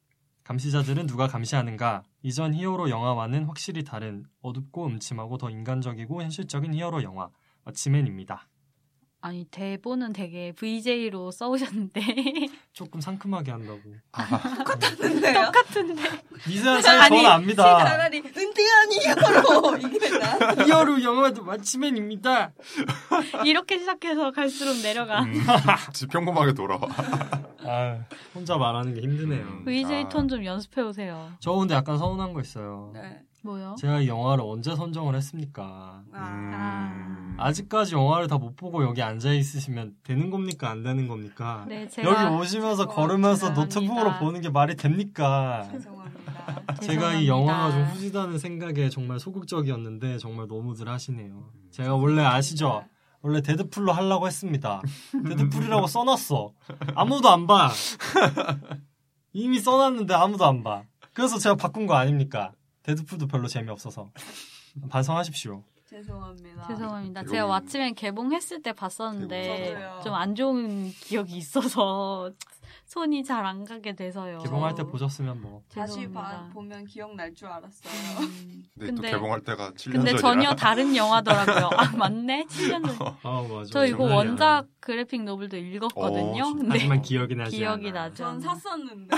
감시자들은 누가 감시하는가? 이전 히어로 영화와는 확실히 다른 어둡고 음침하고 더 인간적이고 현실적인 히어로 영화 워치맨입니다.
아니 대본은 되게 VJ로 써오셨는데
조금 상큼하게 한다고.
아,
똑같은데요?
미세한 차이 저는 압니다.
차라리 은퇴한 이어로 이게 나.
히어로 영화도 워치맨입니다.
이렇게 시작해서 갈수록 내려가.
음, 지평범하게 돌아와.
아, 혼자 말하는 게 힘드네요.
음.
VJ
아.
톤 좀 연습해 오세요.
저 근데 약간 서운한 거 있어요.
네.
뭐요?
제가 이 영화를 언제 선정을 했습니까?
아.
음.
아.
아직까지 영화를 다 못 보고 여기 앉아 있으시면 되는 겁니까 안 되는 겁니까?
네,
여기
제가
오시면서
죄송합니다.
걸으면서 노트북으로 보는 게 말이 됩니까?
죄송합니다.
제가 이
죄송합니다.
영화가 좀 후지다는 생각에 정말 소극적이었는데 정말 너무들 하시네요. 제가 원래 아시죠? 원래 데드풀로 하려고 했습니다. 데드풀이라고 써놨어. 아무도 안 봐. 이미 써놨는데 아무도 안 봐. 그래서 제가 바꾼 거 아닙니까? 데드풀도 별로 재미없어서. 반성하십시오.
죄송합니다.
죄송합니다.
이건-
제가 왓츠맨 개봉했을 때 봤었는데
저도요.
좀 안 좋은 기억이 있어서 손이 잘 안 가게 돼서요.
개봉할 때 보셨으면 뭐.
다시 봐,
죄송합니다.
보면 기억날 줄 알았어요.
음,
근데, 또
근데-
개봉할 때가 7년
근데
전이라.
전혀 다른 영화더라고요. 아 맞네. 7년 전.
아 맞아.
저 이거
장난이 아니야.
원작 그래픽 노블도 읽었거든요.
어, 진짜.
근데
하지만 기억이 나지
기억이
않아.
나죠.
전 샀었는데.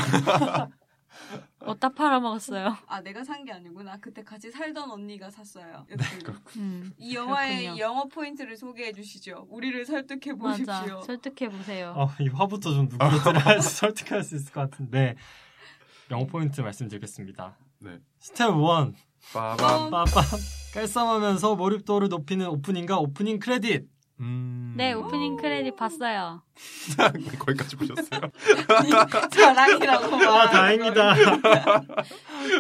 어디다 팔아먹었어요.
아, 내가 산 게 아니구나. 그때 같이 살던 언니가 샀어요.
네,
이렇게.
음,
이 영화의
그렇군요.
영어 포인트를 소개해 주시죠. 우리를 설득해
맞아.
보십시오.
설득해 보세요.
어, 이 화부터 좀 누구한테 설득할 수 있을 것 같은데 영어 포인트 말씀드리겠습니다.
네.
스텝 1
빠밤.
어,
빰빰 깔쌈하면서 몰입도를 높이는 오프닝과 오프닝 크레딧
음.
네 오프닝 크레딧 봤어요.
거기까지 보셨어요?
자랑이라고.
아 다행이다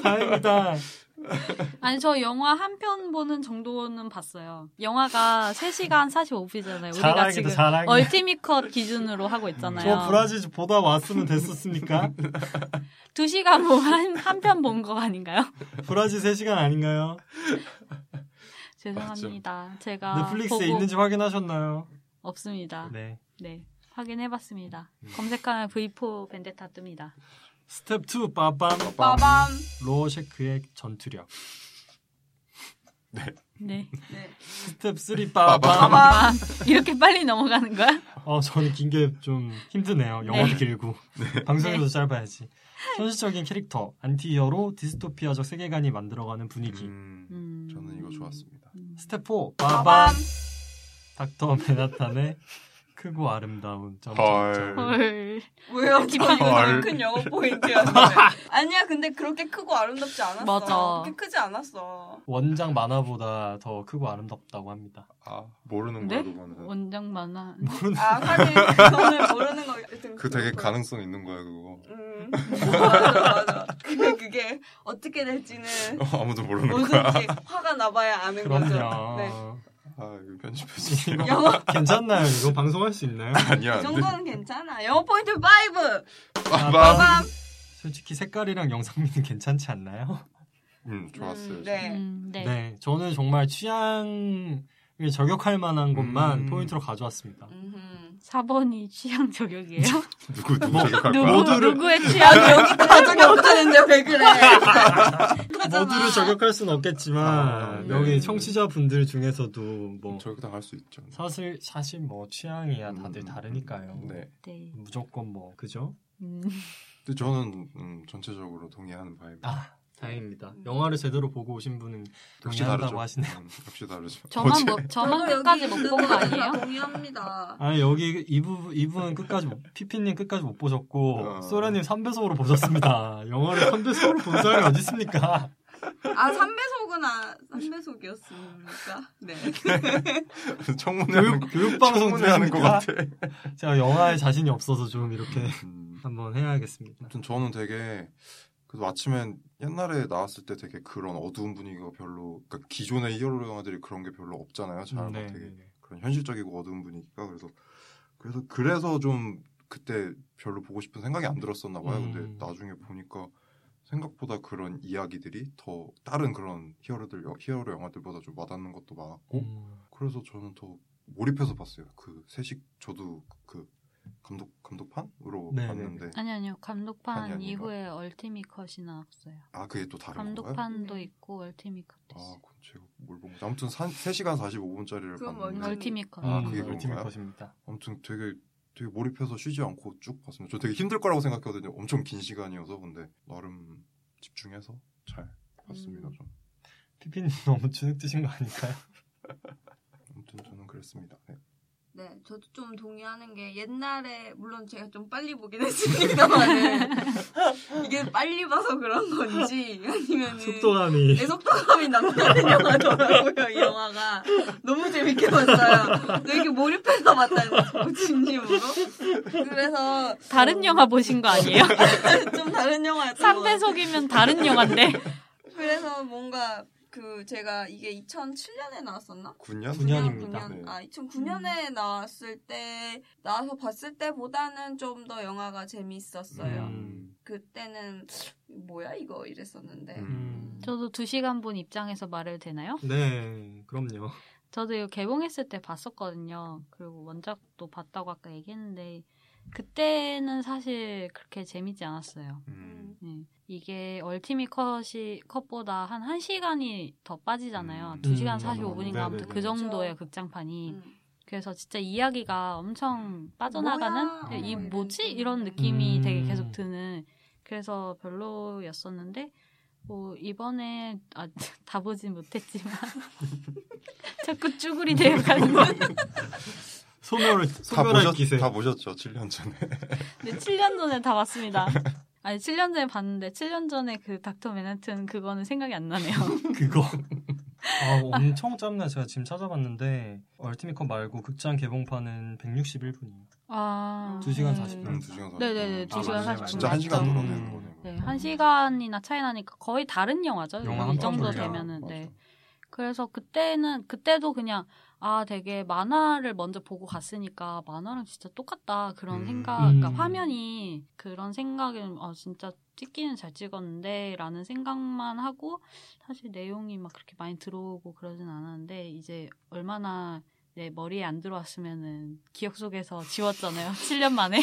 다행이다
네, 아니 저 영화 한 편 보는 정도는 봤어요. 영화가 3시간 45분이잖아요. 우리가
자랑이다
지금
자랑이다
얼티미컷 기준으로 하고 있잖아요.
저 브라질 보다 왔으면 됐었습니까?
2시간 뭐한편 본 거 아닌가요?
브라질 3시간 아닌가요?
죄송합니다. 제가
넷플릭스에
아, 보고
있는지 확인하셨나요?
없습니다. 네.
네 음.
확인해 봤습니다. 검색하면 V4 벤데타 뜹니다.
스텝 2 빠밤
빠밤.
로어셰크의 전투력
네. 아,
네.
스텝 3 빠밤
빠밤.
이렇게 빨리 넘어가는 거야?
어, 저는 긴 게 좀 힘드네요. 영어도 길고. 방송에도
네.
짧아야지. 현실적인 캐릭터, 안티히어로, 디스토피아적 세계관이 만들어가는 분위기.
음,
음.
저는 이거 좋았습니다.
음.
스텝 4,
빠밤.
빠밤! 닥터 맨하탄의 크고 아름다운 점.
헐.
점, 점.
헐.
왜요? 이거
헐.
너무 큰 영어 포인트였어요. 아니야, 근데 그렇게 크고 아름답지 않았어.
맞아.
그렇게 크지 않았어.
원작 만화보다 더 크고 아름답다고 합니다.
아 모르는
네?
거야 그거는.
원작 만화.
아, 사실 그거는 모르는 거.
그 되게 가능성 있는 거야 그거.
음. 맞아, 맞아. 근데 그게 어떻게 될지는
어, 아무도 모르는 거야.
뭐든지 화가 나봐야 아는 거죠.
그럼요.
네.
아 이거 편집해주세요.
영어
괜찮나요? 이거 방송할 수 있나요?
아니야
이
안 돼.
정도는 괜찮아. 영어 포인트 5!
빠밤.
솔직히 색깔이랑 영상미는 괜찮지 않나요?
음, 좋았어요.
음, 네.
음, 네.
저는 정말 취향을 저격할 만한 것만
음.
포인트로 가져왔습니다.
음흠.
4번이 취향 저격이에요.
누구 누구 생각할 거야?
누구
모두를-
누구의
아,
취향?
여기 가정이 없다는데 왜 그래?
모두를 저격할 수는 없겠지만
아, 네.
여기 청취자분들 중에서도 뭐
저렇게 당할 수 있죠.
사실 사실 뭐 취향이야 다들
음,
다르니까요.
네.
네.
무조건 뭐 그죠?
음,
근데 저는 음, 전체적으로 동의하는 바입니다.
아 다행입니다.
음.
영화를 제대로 보고 오신 분은
역시 다르죠.
동의한다고 하시네요.
음, 역시 다르죠.
저만
어제-
뭐, 저만 끝까지 못 본 거 아니에요?
동의합니다.
아 여기 이부 이분은 끝까지 못- 피피님 끝까지 못
어.
보셨고 소라님 3배속으로 보셨습니다. 영화를 3배속으로 본 사람이 어디 있습니까?
아, 3배속은 아, 3배속이었습니까? 네.
청문회 하는
교육
거,
교육 방송
청문회 하는 것 같아.
제가 영화에 자신이 없어서 좀 이렇게
음,
한번 해야겠습니다.
아무튼 저는 되게 그래도 아침엔 옛날에 나왔을 때 되게 그런 어두운 분위기가 별로 그러니까 기존의 히어로 영화들이 그런 게 별로 없잖아요. 잘막 뭐
네.
되게 그런 현실적이고 어두운 분위기가 그래서 그래서 그래서 좀 그때 별로 보고 싶은 생각이 안 들었었나 봐요.
음.
근데 나중에 보니까 생각보다 그런 이야기들이 더 다른 그런 히어로들 히어로 영화들보다 좀 와닿는 것도 많았고
음.
그래서 저는 더 몰입해서 봤어요. 그 세식 저도 그 감독 감독판으로
네,
봤는데
아니, 아니요.
아니,
감독판
아닌가?
이후에 얼티밋 컷이 나왔어요.
아 그게 또 다른 건가요?
감독판도
네.
있고 얼티밋 컷도
아
있어요.
그건 제가 뭘 본지 아무튼 3시간 45분짜리를
그건
봤는데
뭔지-
얼티밋 컷.
아
음.
그게
그런
얼티밋
거야?
컷입니다.
아무튼 되게 되게 몰입해서 쉬지 않고 쭉 봤습니다. 저 되게 힘들 거라고 생각했거든요. 엄청 긴 시간이어서 근데 나름 집중해서 잘 봤습니다.
음.
좀
피피님 너무 주눅 드신 거 아닐까요?
아무튼 저는 그랬습니다. 네.
네, 저도 좀 동의하는 게 옛날에 물론 제가 좀 빨리 보긴 했습니다만은 이게 빨리 봐서 그런 건지 아니면은
속도감이
내 속도감이 남다른 영화더라고요. 이 영화가 너무 재밌게 봤어요. 되게 몰입해서 봤다는 거죠, 진심으로. 그래서
다른 영화 보신 거 아니에요?
좀 다른 영화였던 것 같아요.
3배속이면 다른 영화인데.
그래서 뭔가 그 제가 이게 2007년에 나왔었나?
9년?
9년입니다.
9년,
네.
아, 2009년에 나왔을 때 나와서 봤을 때보다는 좀 더 영화가 재미있었어요.
음.
그때는 뭐야 이거 이랬었는데.
음.
저도 2시간 본 입장에서 말해도 되나요?
네, 그럼요.
저도 이거 개봉했을 때 봤었거든요. 그리고 원작도 봤다고 아까 얘기했는데 그때는 사실 그렇게 재밌지 않았어요.
음.
네. 이게 얼티밋 컷이 컷보다 한 1시간이 더 빠지잖아요.
음.
2시간
음,
45분인가
맞아요.
아무튼
네네네.
그 정도예요,
그렇죠.
극장판이.
음.
그래서 진짜 이야기가 엄청 빠져나가는
뭐야?
이
음.
뭐지 이런 느낌이
음.
되게 계속 드는 그래서 별로였었는데 뭐 이번에 아, 다 보진 못했지만 자꾸 쭈구리 되어가는 거
소멸을
다
소멸할
보셨
기세.
다 보셨죠? 7년 전에.
네, 7년 전에 다 봤습니다. 아니 7년 전에 봤는데 7년 전에 그 닥터 맨하튼 그거는 생각이 안 나네요.
그거. 아, 엄청 짧네. 제가 지금 찾아봤는데 얼티미컷 말고 극장 개봉판은 161분이에요.
아,
두 시간
음.
40 분.
음, 2시간 40분.
네네네, 두 시간
아, 맞네,
40분
진짜 1시간
맞죠.
덜어내는 거네요.
네, 한 시간이나 차이 나니까 거의 다른 영화죠.
영화
이
한
정도
편이야.
되면은
맞아.
네. 그래서 그때는 그때도 그냥 아 되게 만화를 먼저 보고 갔으니까 만화랑 진짜 똑같다 그런
음.
생각, 그러니까
음.
화면이 그런 생각에 아 진짜 찍기는 잘 찍었는데라는 생각만 하고 사실 내용이 막 그렇게 많이 들어오고 그러진 않았는데 이제 얼마나 내 머리에 안 들어왔으면은 기억 속에서 지웠잖아요. 7년 만에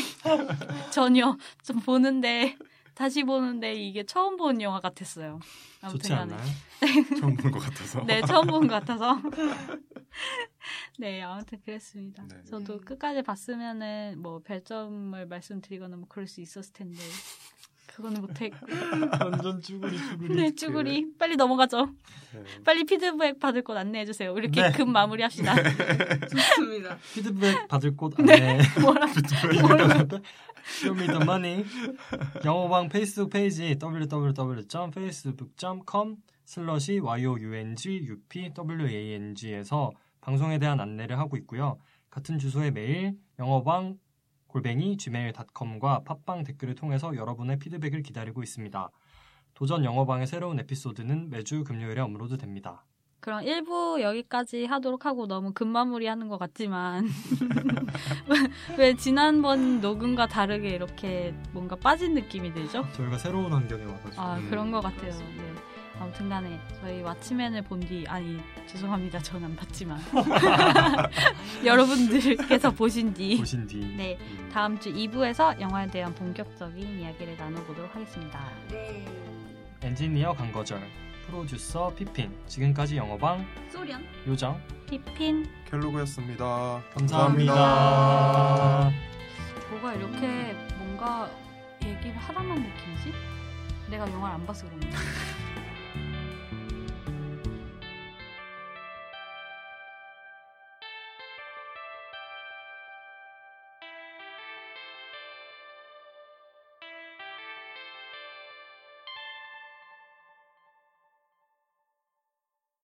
전혀 좀 보는데 다시 보는데 이게 처음 본 영화 같았어요.
좋지
아무튼간에.
않나요?
처음 보는 것 같아서.
네, 처음 본 것 같아서. 네, 아무튼 그랬습니다.
네.
저도
음.
끝까지 봤으면은 뭐 별점을 말씀드리거나 뭐 그럴 수 있었을 텐데 그거는 못했고.
완전 쭈구리 쭈구리.
네, 쭈구리 빨리 넘어가죠. 빨리 피드백 받을 곳 안내해 주세요. 이렇게
네.
급 마무리합시다.
좋습니다.
피드백 받을 곳
네.
안에
뭐라?
쇼미더머니 영어방 페이스북 페이지 www.facebook.com 슬러시 youngupwang에서 방송에 대한 안내를 하고 있고요. 같은 주소의 메일 영어방 골뱅이 gmail.com과 팟빵 댓글을 통해서 여러분의 피드백을 기다리고 있습니다. 도전 영어방의 새로운 에피소드는 매주 금요일에 업로드됩니다.
그럼 1부 여기까지 하도록 하고 너무 금마무리 하는 것 같지만 왜- 왜 지난번 녹음과 다르게 이렇게 뭔가 빠진 느낌이 들죠?
저희가 새로운 환경에 와가지고
아
음.
그런 것 같아요. 네. 아무튼간에 저희 왓츠맨을 본 뒤 아니 죄송합니다 전 안 봤지만 여러분들께서 보신 뒤
보신 뒤
네 다음 주 2부에서 영화에 대한 본격적인 이야기를 나눠보도록 하겠습니다.
네.
엔지니어 강거절 프로듀서 피핀 지금까지 영어방
소련
요정
피핀
켈로그였습니다.
감사합니다.
뭐가 이렇게 뭔가 얘기를 하다만 느끼지? 내가 영화를 안 봐서 그런가?